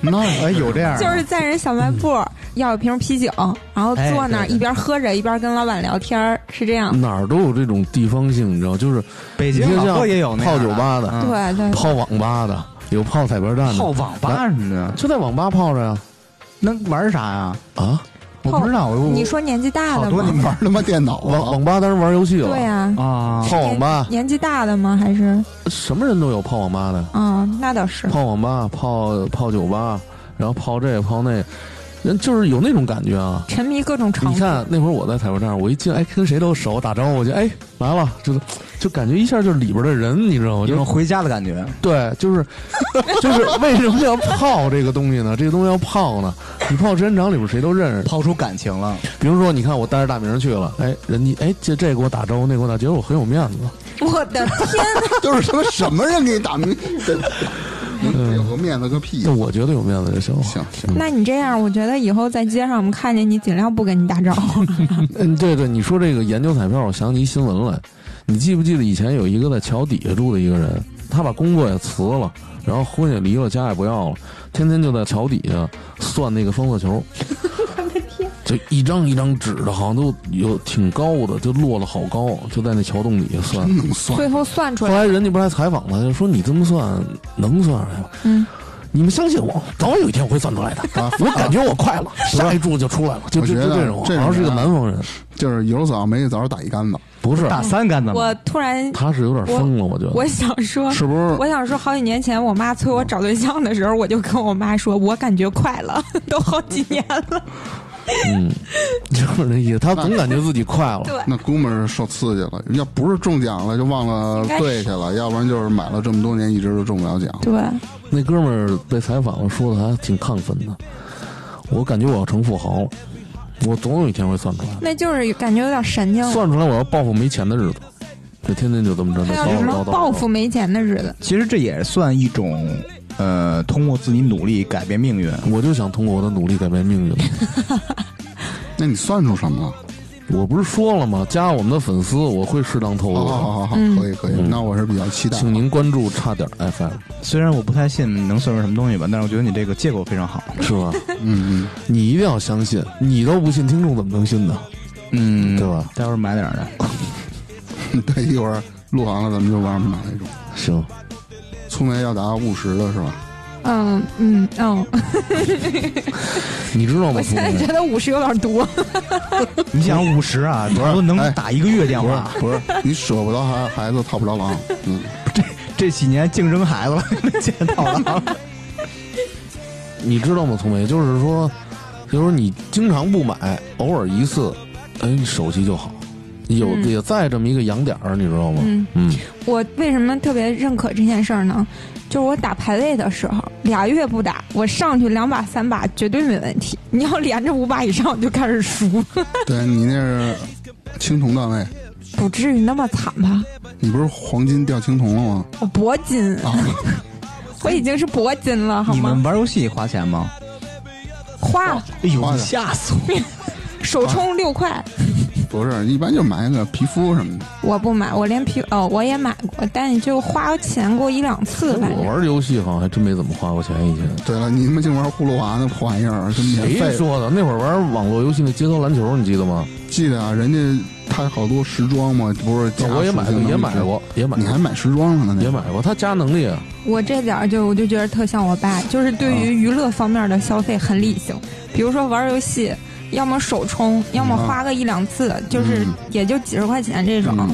S4: 那
S2: 哎，有这样的
S5: 就是在人小卖部要一瓶啤酒，然后坐
S2: 嗯
S5: 那
S2: 哎
S5: 儿
S2: 对对
S5: 一边喝着一边跟老板聊天儿，是
S2: 嗯
S5: 这样。
S1: 哪儿都有这种地方性，你知道，就是
S2: 北
S1: 你
S2: 京
S1: 就像
S2: 老哥也有那样
S1: 泡酒吧的
S2: 嗯
S5: 对对，
S1: 泡网吧的，有泡彩票站的，
S2: 泡网吧什么的，
S1: 就在网吧泡着呀。
S2: 能玩啥呀？
S1: 啊，
S2: 我不知道，我
S5: 你说年纪大
S2: 好
S5: 的
S2: 多
S5: 吗
S2: 你？
S4: 玩他妈电脑
S1: 网
S4: 啊！
S1: 网吧当然玩游戏了，
S5: 对呀、
S2: 啊，
S1: 泡网吧
S5: 年纪大的吗？还是
S1: 什么人都有，泡网吧的，
S5: 嗯，那倒是。
S1: 泡网吧，泡泡酒吧，然后泡这泡那，人就是有那种感觉啊。
S5: 沉迷各种场
S1: 你
S5: 所，
S1: 看那会儿我在彩票站，我一进哎跟谁都熟，打招呼去，哎来了，就是就感觉一下就是里边的人，你知道吗？
S2: 有
S1: 就
S2: 种
S1: 是
S2: 回家的感觉。
S1: 对，就是就是为什么要泡这个东西呢？这个东西要泡呢，你泡时间长里边谁都认识。
S2: 抛出感情了，
S1: 比如说，你看我带着大明去了，哎人家哎这这给我打招呼，那给我打，觉得我很有面子。
S5: 我的天哪！
S4: 就是他妈什么人给你打名？
S1: 嗯
S4: 有个面子个屁
S1: 就！我觉得有面子就行了。
S4: 行行，
S5: 那你这样，我觉得以后在街上我们看见你，尽量不跟你打招
S1: <laughs>
S5: 呼。
S1: 嗯，对对，你说这个研究彩票，我想起一新闻来。你记不记得以前有一个在桥底下住的一个人，他把工作也辞了，然后婚也离了，家也不要了，天天就在桥底下算那个双色球。就一张一张纸的，好像都有挺高的，就落了好高，就在那桥洞底下算。
S4: 能算
S5: 最后算出
S1: 后
S5: 来，
S1: 来人家不是还采访他，就说你这么算能算出来吗？
S5: 嗯，
S1: 你们相信我，早晚有一天我会算出来的。
S4: 啊！
S1: 我感觉我快
S4: <laughs>
S1: 了，下一注就出来了，就
S4: 我
S1: 就
S4: 觉
S1: 就
S4: 得
S1: 这种，好
S4: 这种
S1: 像是一个
S4: 人啊
S1: 南方人，
S4: 就是有枣没枣打一竿子，
S1: 不是
S2: 打三杆子吗
S5: 我？突然
S1: 他是有点疯了，我觉得。
S5: 我想说，
S4: 是不是？
S5: 我想说，好几年前我妈催我找对象的时候，我就跟我妈说，我感觉快了， <laughs> 都好几年了。
S1: 嗯， <laughs> 就是那意思，他总感觉自己快了。
S5: <laughs> 对，
S4: 那估摸是受刺激了，要不是中奖了就忘了兑去了，要不然就是买了这么多年一直都中不了奖。
S5: 对，
S1: 那哥们儿被采访了，说的还挺亢奋的。我感觉我要成富豪了，我总有一天会算出来
S5: 那就是感觉有点神经
S1: 的，
S5: 了。
S1: 算出来我要报复没钱的日子，就天天就这么着，
S5: 还
S1: 那
S5: 有
S1: 叨
S5: 什
S1: 叨
S5: 么
S1: 叨叨。
S5: 报复没钱的日子？
S2: 其实这也算一种，呃，通过自己努力改变命运。
S1: 我就想通过我的努力改变命运。
S4: 那你算出什么了？
S1: 我不是说了吗？加我们的粉丝，我会适当透露
S4: 好
S1: 的。
S4: 哦好好好好，
S5: 嗯
S4: 可以可以，那我是比较期待。
S1: 请您关注差点儿 FM，
S2: 虽然我不太信能算出什么东西吧，但是我觉得你这个结果非常好。
S1: 是吧？
S4: <laughs> 嗯
S1: 你一定要相信，你都不信，听众怎么能信呢？
S2: 嗯，
S1: 对吧？
S2: 待会儿买点儿去。
S4: 嗯， <laughs> 对，一会儿录完了咱们就往上买那种。
S1: 行，
S4: 葱白要达五十的是吧？
S5: 嗯嗯嗯，
S1: 你知道吗？
S5: 我
S1: 苏
S5: 现在
S1: 梅
S5: 觉得五十有点多。
S2: 你想五十啊，多少能打一个月电
S4: 不是
S2: 话？
S4: 不是，你舍不得孩孩子套不着狼。嗯，
S2: 这几年竞争孩子了， <laughs> 见到了。
S1: 你知道吗？聪梅，就是说，就是说你经常不买，偶尔一次，哎，你手气就好。有、
S5: 嗯
S1: 也在这么一个痒点儿，你知道吗？
S5: 嗯
S1: 嗯
S5: 我为什么特别认可这件事儿呢？就是我打排位的时候，俩月不打，我上去两把三把绝对没问题。你要连着五把以上，我就开
S2: <laughs>
S5: 始输，
S4: 对你那是青铜段位，
S5: 不至于那么惨吧？
S4: 你不是黄金掉青铜了吗？
S5: 我铂金，
S4: 啊，
S5: <laughs> 我已经是铂金了，好
S2: 你们
S5: 吗？
S2: 玩游戏花钱吗？
S5: 花
S2: 哎呦，
S4: 花的
S2: 吓死我！
S5: 首充六块，
S4: 不是，一般就买个皮肤什么的。
S5: 我不买，我连皮哦我也买过，但你就花钱过一两次，反
S1: 哎我
S2: 哦
S5: 正
S1: 玩游戏好像还真没怎么花过钱，以前。
S4: 对了，你们净玩葫芦娃那破玩意儿，就免
S1: 谁
S4: 费。
S1: 说的？那会儿玩网络游戏那街头篮球，你记得吗？
S4: 记得啊，人家他好多时装嘛，不是加
S1: 我也买
S4: 属
S1: 过，
S4: 性能力
S1: 也买过，也买
S4: 值，你还
S1: 过，
S4: 买时装了呢？那
S1: 也买过。他加能力啊，
S5: 我这点儿就我就觉得特像我爸，就是
S1: 啊
S5: 对于娱乐方面的消费很理性，比如说玩游戏，要么首充，要
S1: 啊
S5: 么花个一两次，就是
S4: 嗯
S5: 也就几十块钱这种，
S4: 嗯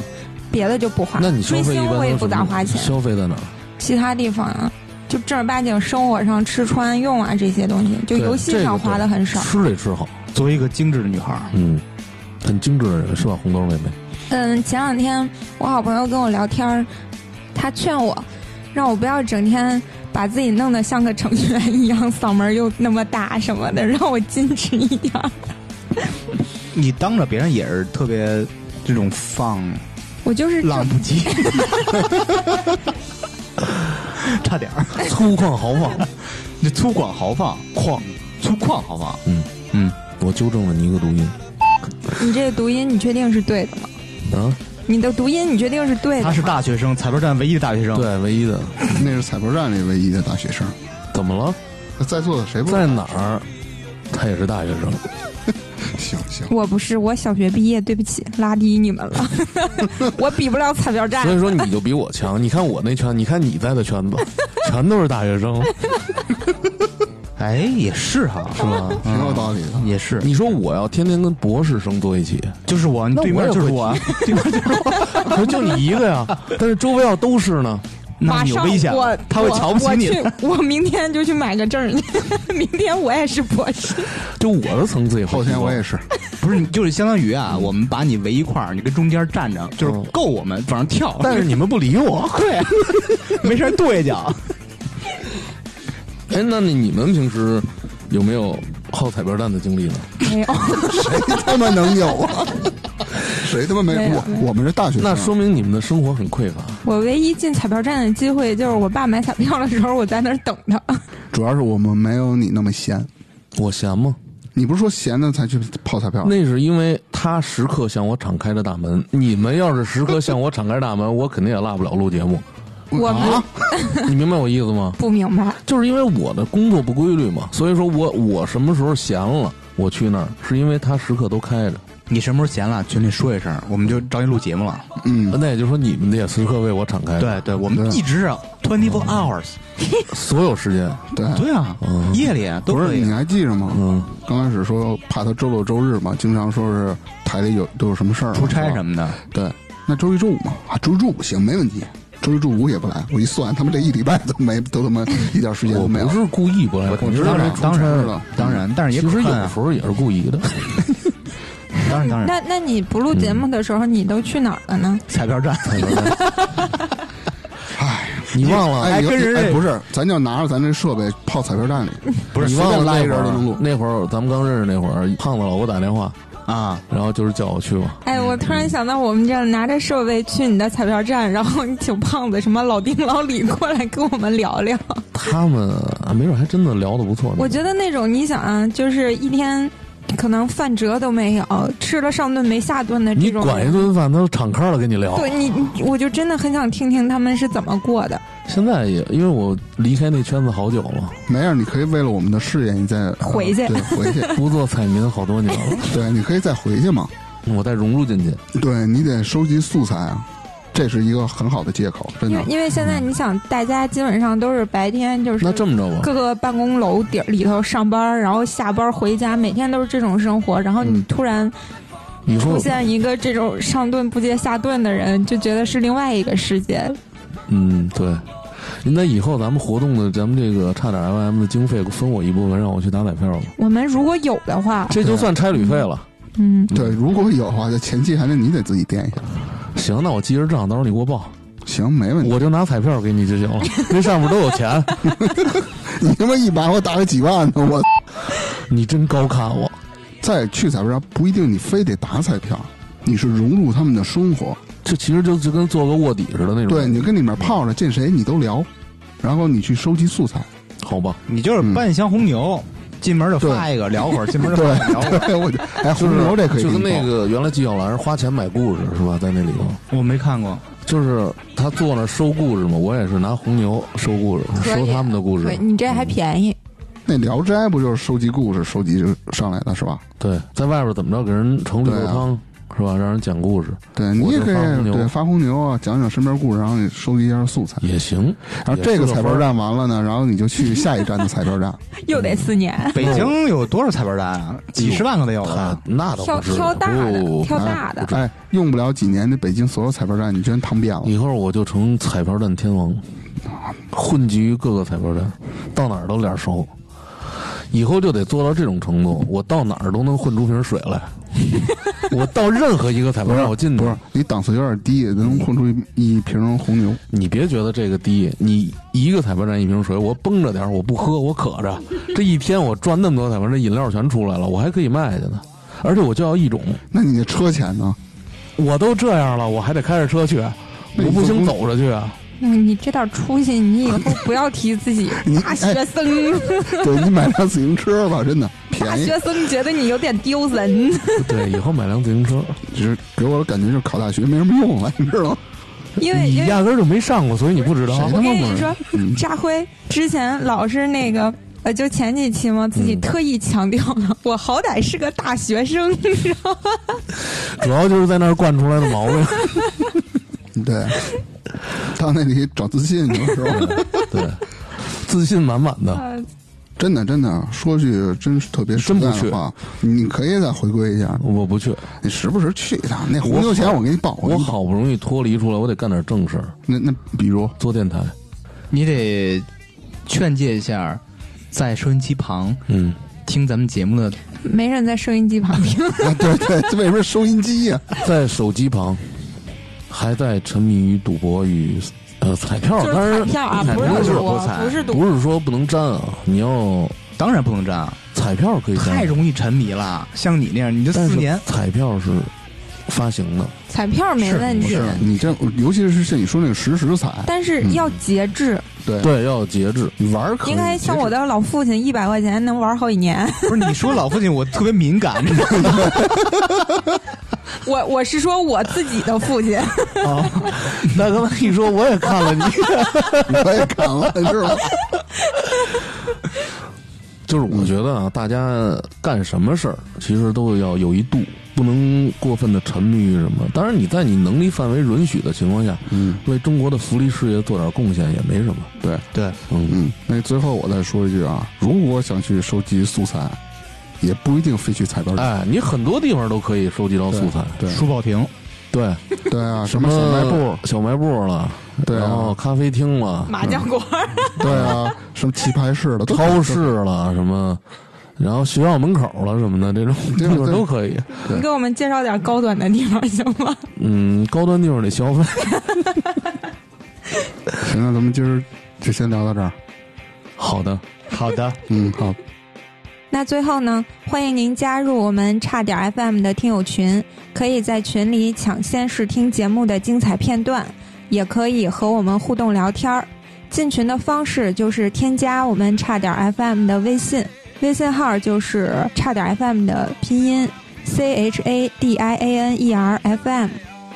S5: 别的就不花。
S1: 那你消
S5: 追
S1: 费一
S5: 星
S1: 般
S5: 啊我也
S1: 都
S5: 不
S1: 是
S5: 咋花钱，
S1: 消费在哪儿？
S5: 其他地方啊，就正儿八经生活上吃穿用啊这些东西，就
S1: 对
S5: 游戏上花的很少。
S1: 这个对吃得吃好，
S2: 作为一个精致的女孩儿，
S1: 嗯，很精致的人是吧？红豆妹妹，
S5: 嗯，前两天我好朋友跟我聊天儿，他劝我，让我不要整天把自己弄得像个程序员一样，嗓门儿又那么大什么的，让我矜持一点儿。
S2: 你当着别人也是特别这种放
S5: 我就是这
S2: 浪不羁，差点儿，
S1: 粗犷豪
S2: <laughs>
S1: 放。
S2: 这粗犷豪放，旷粗犷豪放。
S1: 嗯
S2: 嗯，
S1: 我纠正了你一个读音
S5: 你这读音，你确定是对的吗？
S1: 啊，
S5: 你的读音，你确定是对的
S2: 他
S5: 吗？
S2: 是大学生，彩票站唯一的大
S5: 哦
S2: 学生。，
S1: 对，唯一的
S4: 那是彩票站里唯一的大学生，
S1: 怎么了？
S4: 那在座的谁不
S1: 在哪儿？他也是大学生，
S4: 行行，
S5: 我不是，我小学毕业，对不起，拉低你们
S2: <laughs>
S5: 了，我比不了彩票站
S1: 所。以说你就比我强。你看我那圈，你看你在的圈子， <laughs> 全都是大学生，
S2: 哎，也是哈，嗯
S1: 是吧？
S4: 挺有道理的。
S1: 嗯
S2: 也是，
S1: 你说我要天天跟博士生坐一起，
S2: 就是我，你
S1: 那
S2: 对
S1: 我
S2: 面
S1: 也
S2: 就是
S1: 会
S2: 我，对面就是我，
S1: 可是就你一个呀，但是周围要都是呢，
S2: 那
S5: 马
S2: 你有
S5: 上
S2: 危险
S5: 我
S2: 了，他会瞧不起你
S5: 我。我去，我明天就去买个证儿 <laughs> 去，明天我也是博士。
S1: 就我的层次也
S4: 后天我也
S1: 是， <laughs>
S4: 是， <laughs>
S2: 不是，你就是相当于啊，我们把你围一块儿，你跟中间站着，就是够我们往上跳，
S1: 但是你们不理我。
S2: <laughs> 对，没事儿跺一脚。
S1: 哎，那你你们平时有没有好彩票站的经历呢？
S2: 哎
S5: 没有，
S4: 谁他妈能有啊？ <laughs> 谁他妈没
S5: 没有没
S4: 我？我们是大学生，啊
S1: 那说明你们的生活很匮乏。
S5: 我唯一进彩票站的机会就是我爸买彩票的时候，我在那儿等他。
S4: 主要是我们没有你那么闲。
S1: 我闲吗？
S4: 你不是说闲的才去泡彩票？
S1: 那是因为他时刻向我敞开着大门。你们要是时刻向我敞开大门，我肯定也落不了录节目。
S5: 我们
S4: 啊，
S1: 你明白我意思吗？
S5: 不明白，
S1: 就是因为我的工作不规律嘛，所以说我我什么时候闲了，我去那儿，是因为他时刻都开着。
S2: 你什么时候闲了，群里说一声，我们就找你录节目了。
S4: 嗯，
S1: 那也就是说，你们的也时刻为我敞开着，
S2: 对对，我们一直是 twenty four hours。
S1: 所有时间。
S4: 对，
S2: 对啊，夜里都啊
S4: 不
S2: 可
S4: 是
S2: 以
S4: 你。还记着吗？
S1: 嗯，
S4: 刚开始说怕他周六周日嘛，经常说是台里有都有什么事儿嘛，
S2: 出差什
S4: 么。
S2: 么的，
S4: 对，那周一周五嘛，啊，周一周五行，没问题。周一周五也不来，我一算，他们这一礼拜 <laughs> 都没都他妈一点时间
S1: 我
S4: 都没有
S1: 不。是故意不来，
S4: 我知道
S2: 当然
S4: 出
S2: 当
S4: 差了
S2: 然当然，但是也
S1: 其实
S2: 可
S1: 有
S2: 恨啊
S1: 时候也是故意
S4: <laughs>
S1: 的。
S2: 当然当嗯然，
S5: 那那你不录节目的时候，你都去哪儿了呢？
S2: 彩票站，
S1: 你忘了？
S4: 哎，
S2: 还
S4: 有
S2: 跟人
S4: 哎
S2: 家
S4: 不是，咱就拿着咱这设备泡彩票站里，
S2: <laughs> 不是
S1: 你
S4: 随
S1: 忘了
S4: 便
S1: 那
S4: 拉一
S1: 会
S4: 人
S1: 儿
S4: 就能录。
S1: 那会儿咱们刚认识那会儿，胖子老给我打电话，
S2: 啊，
S1: 然后就是叫我去吧。
S5: 哎，我突然想到，我们这样拿着设备去你的彩票站，然后你请胖子什么老丁老李过来跟我们聊聊。
S1: 他们啊没准还真的聊得不错呢。
S5: 我觉得那种你想啊，就是一天可能饭辙都没有，吃了上顿没下顿的
S1: 你
S5: 这种。
S1: 管一顿饭，他都敞开了跟你聊。
S5: 对你，你我就真的很想听听他们是怎么过的。
S1: 现在也因为我离开那圈子好久了，
S4: 没事儿，你可以为了我们的事业，你再
S5: 回去
S4: 对，回去，
S1: 不做彩民好多年
S5: <laughs>
S1: 了，
S4: 对，你可以再回去嘛。
S1: 我再融入进去。
S4: 对你得收集素材啊，这是一个很好的借口，真
S5: 因
S4: 的
S5: 为。因为现在你想，大家基本上都是白天就是
S1: 那这么着吧，
S5: 各个办公楼底里头上班，然后下班回家，每天都是这种生活。然后你
S1: 嗯
S5: 突然
S1: 以后
S5: 出现一个这种上顿不接下顿的人，就觉得是另外一个世界。
S1: 嗯，对。那以后咱们活动的，咱们这个差点 FM 的经费分我一部分，让我去打彩票吧。
S5: 我们如果有的话，
S1: 这就算差旅费了。
S5: 嗯，
S4: 对，如果有的话，这前期还是你得自己垫一下。
S1: 行，那我记着账，到时候你给我报，
S4: 行，没问题。
S1: 我就拿彩票给你就行了。那上面都有钱， <laughs>
S4: 你他妈一把我打了几万呢！我
S1: 你真高看我。
S4: 再去彩票上不一定你非得打彩票，你是融入他们的生活。
S1: 这其实就就跟做个卧底似的那种。
S4: 对，你跟里面泡着，见谁你都聊，然后你去收集素材。
S1: 好吧，
S2: 你就是拌一箱红牛，进门就发一个聊会儿，进门就发一个聊会儿。
S4: <laughs> 对，我就哎，
S1: 就
S4: 红
S1: 是
S4: 牛这可以
S1: 就
S4: 给
S1: 跟
S4: 你
S1: 那
S4: 报
S1: 个原来纪晓岚花钱买故事是吧，在那里头，
S2: 我没看过，
S1: 就是他坐那儿收故事嘛，我也是拿红牛收故事，
S5: 可以
S1: 收他们的故事
S5: 对。你这还便宜。
S4: 那《聊斋》不就是收集故事收集上来的是吧？
S1: 对，在外边怎么着给人盛绿豆
S4: 对啊
S1: 汤、是吧？让人讲故事
S4: 对你也可
S1: 我就发红
S4: 以
S1: 牛
S4: 对发红牛啊，讲讲身边故事，然后你收集一下素材。
S1: 也行。
S4: 然后
S1: 也
S4: 啊这个
S1: 是
S4: 彩
S1: 法
S4: 票
S1: 儿
S4: 站完了呢，然后你就去下一站的彩
S5: <laughs>
S4: 票站。
S1: 嗯
S5: 又得四年，
S2: 北京有多少彩票站啊？几十万个得有
S1: 啊
S2: 了，。
S1: 那倒
S5: 挑
S1: 不是，哦
S5: 挑大
S1: 不
S5: 的，挑
S4: 哎
S5: 大的。
S4: 哎，用不了几年，这北京所有彩票站你全趟遍了。
S1: 以后我就成彩票站天王，混迹于各个彩票站，到哪儿都脸熟。以后就得做到这种程度，我到哪儿都能混出瓶水来。 <laughs> 我到任何一个彩票站，我进去
S4: 不是，你档次有点低，能混出一一瓶红牛。
S1: 你别觉得这个低，你一个彩票站一瓶水，我绷着点儿，我不喝，我渴着，这一天我赚那么多彩票，这饮料全出来了，我还可以卖去呢。而且我就要一种，
S4: 那你那车钱呢？
S1: 我都这样了，我还得开着车去，我
S4: 那你
S1: 不行
S4: 不
S1: 走着去啊。
S5: 嗯，你这点出息，你以后不要提
S1: <laughs>
S5: 自己
S1: 哎
S5: 大学生，
S4: 对你买辆自行车吧，真的
S5: 大
S4: 便宜
S5: 学。生觉得你有点丢人。
S1: 对，以后买辆自行车，
S4: 就是给我的感觉就是考大学没什么用了，你知道吗？
S5: 因为
S1: 你
S5: 因为
S1: 压根儿就没上过，所以你不知道。
S5: 我跟你说，扎辉之前老是那个。呃，就前几期嘛，自己特意强调了， <laughs> 我好歹是个大学生， <laughs> 你知道吗？
S1: 主要就是在那儿惯出来的毛病。
S4: 对，到那里找自信去是吧？
S1: <laughs> 对，自信满满的。
S5: 呃
S4: 真的真的，说句真是特别实在的话，你可以再回归一下，
S1: 我不去，
S4: 你时不时去一趟。那红牛钱我给你报，
S1: 我
S4: 给你报。
S1: 好不容易脱离出来，我得干点正事儿，
S4: 那那比如，
S1: 做电 <laughs> 台。
S2: 你得劝诫一下，在收音机旁
S1: 嗯，
S2: 听咱们节目的
S5: 没人在收音机旁听，
S4: 啊、 <laughs> 对对，这为什么是收音机呀、
S1: 在手机旁，还在沉迷于赌博与呃彩票，
S5: 就是
S1: 当
S5: 彩
S1: 然
S5: 票啊，
S2: 彩
S5: 不
S2: 票
S5: 是
S2: 就是
S5: 赌
S2: 博彩，
S5: 不是赌，
S1: 不是说不能沾啊，你要
S2: 当然不能占，
S1: 彩票可以沾，
S2: 太容易沉迷了。像你那样，你就
S1: 嗯但
S2: 四
S1: 是 <laughs>
S2: 年，
S1: 彩票是发行的，
S5: 彩票没问题，
S4: 是哎你这，尤其是像你说那个实时彩，
S5: 但是要节制。
S4: 对，
S1: 对，要有节制。
S4: 你玩儿可以
S5: 你看，像我
S4: <laughs>
S5: 的老父亲，一百块钱能玩好几年。
S2: 不是你说老父亲，我特别敏感，你知道吗？
S5: 我我是说我自己的父亲，
S1: 那刚才一说，我也看了你，
S4: 我也砍了，是吧？
S1: 就是我觉得啊，大家干什么事儿，其实都要有一度，不能过分的沉迷于什么。当然，你在你能力范围允许的情况下，
S4: 嗯，
S1: 为中国的福利事业做点贡献也没什么。
S4: 对，
S2: <laughs> 对，
S1: 嗯，
S4: 嗯，那最后我再说一句啊，如果想去收集素材，也不一定非去彩票站。
S1: 哎，你很多地方都可以收集到素材。
S2: <laughs>
S4: 对
S2: 书报亭，
S1: 对，
S4: 对啊，
S1: 什
S4: 么小
S1: <laughs>
S4: 卖部，
S1: 小卖部了，
S4: 对啊
S1: 然后咖啡厅了，
S4: <laughs>
S5: 麻将馆。
S4: 对啊，什么棋牌室的，都
S1: 超市了，什么，然后学校门口了什么的，这种地
S4: 对
S1: 方
S4: 对
S1: 都可以。
S5: 你给我们介绍点高端的地方行吗？
S1: 嗯，高端地方得消费。 <laughs>
S4: 行，那咱们今儿就先聊到这儿。
S1: 好的，
S2: 好的，
S4: 嗯，好，
S5: 那最后呢，欢迎您加入我们差点 FM 的听友群，可以在群里抢先试听节目的精彩片段，也可以和我们互动聊天儿。进群的方式就是添加我们差点 FM 的微信，微信号就是差点 FM 的拼音 C H A D I A N E R F M，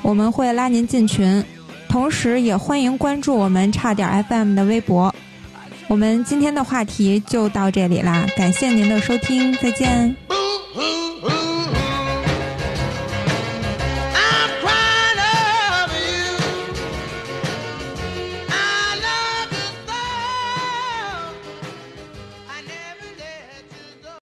S5: 我们会拉您进群，同时也欢迎关注我们差点 FM 的微博。我们今天的话题就到这里啦，感谢您的收听，再见。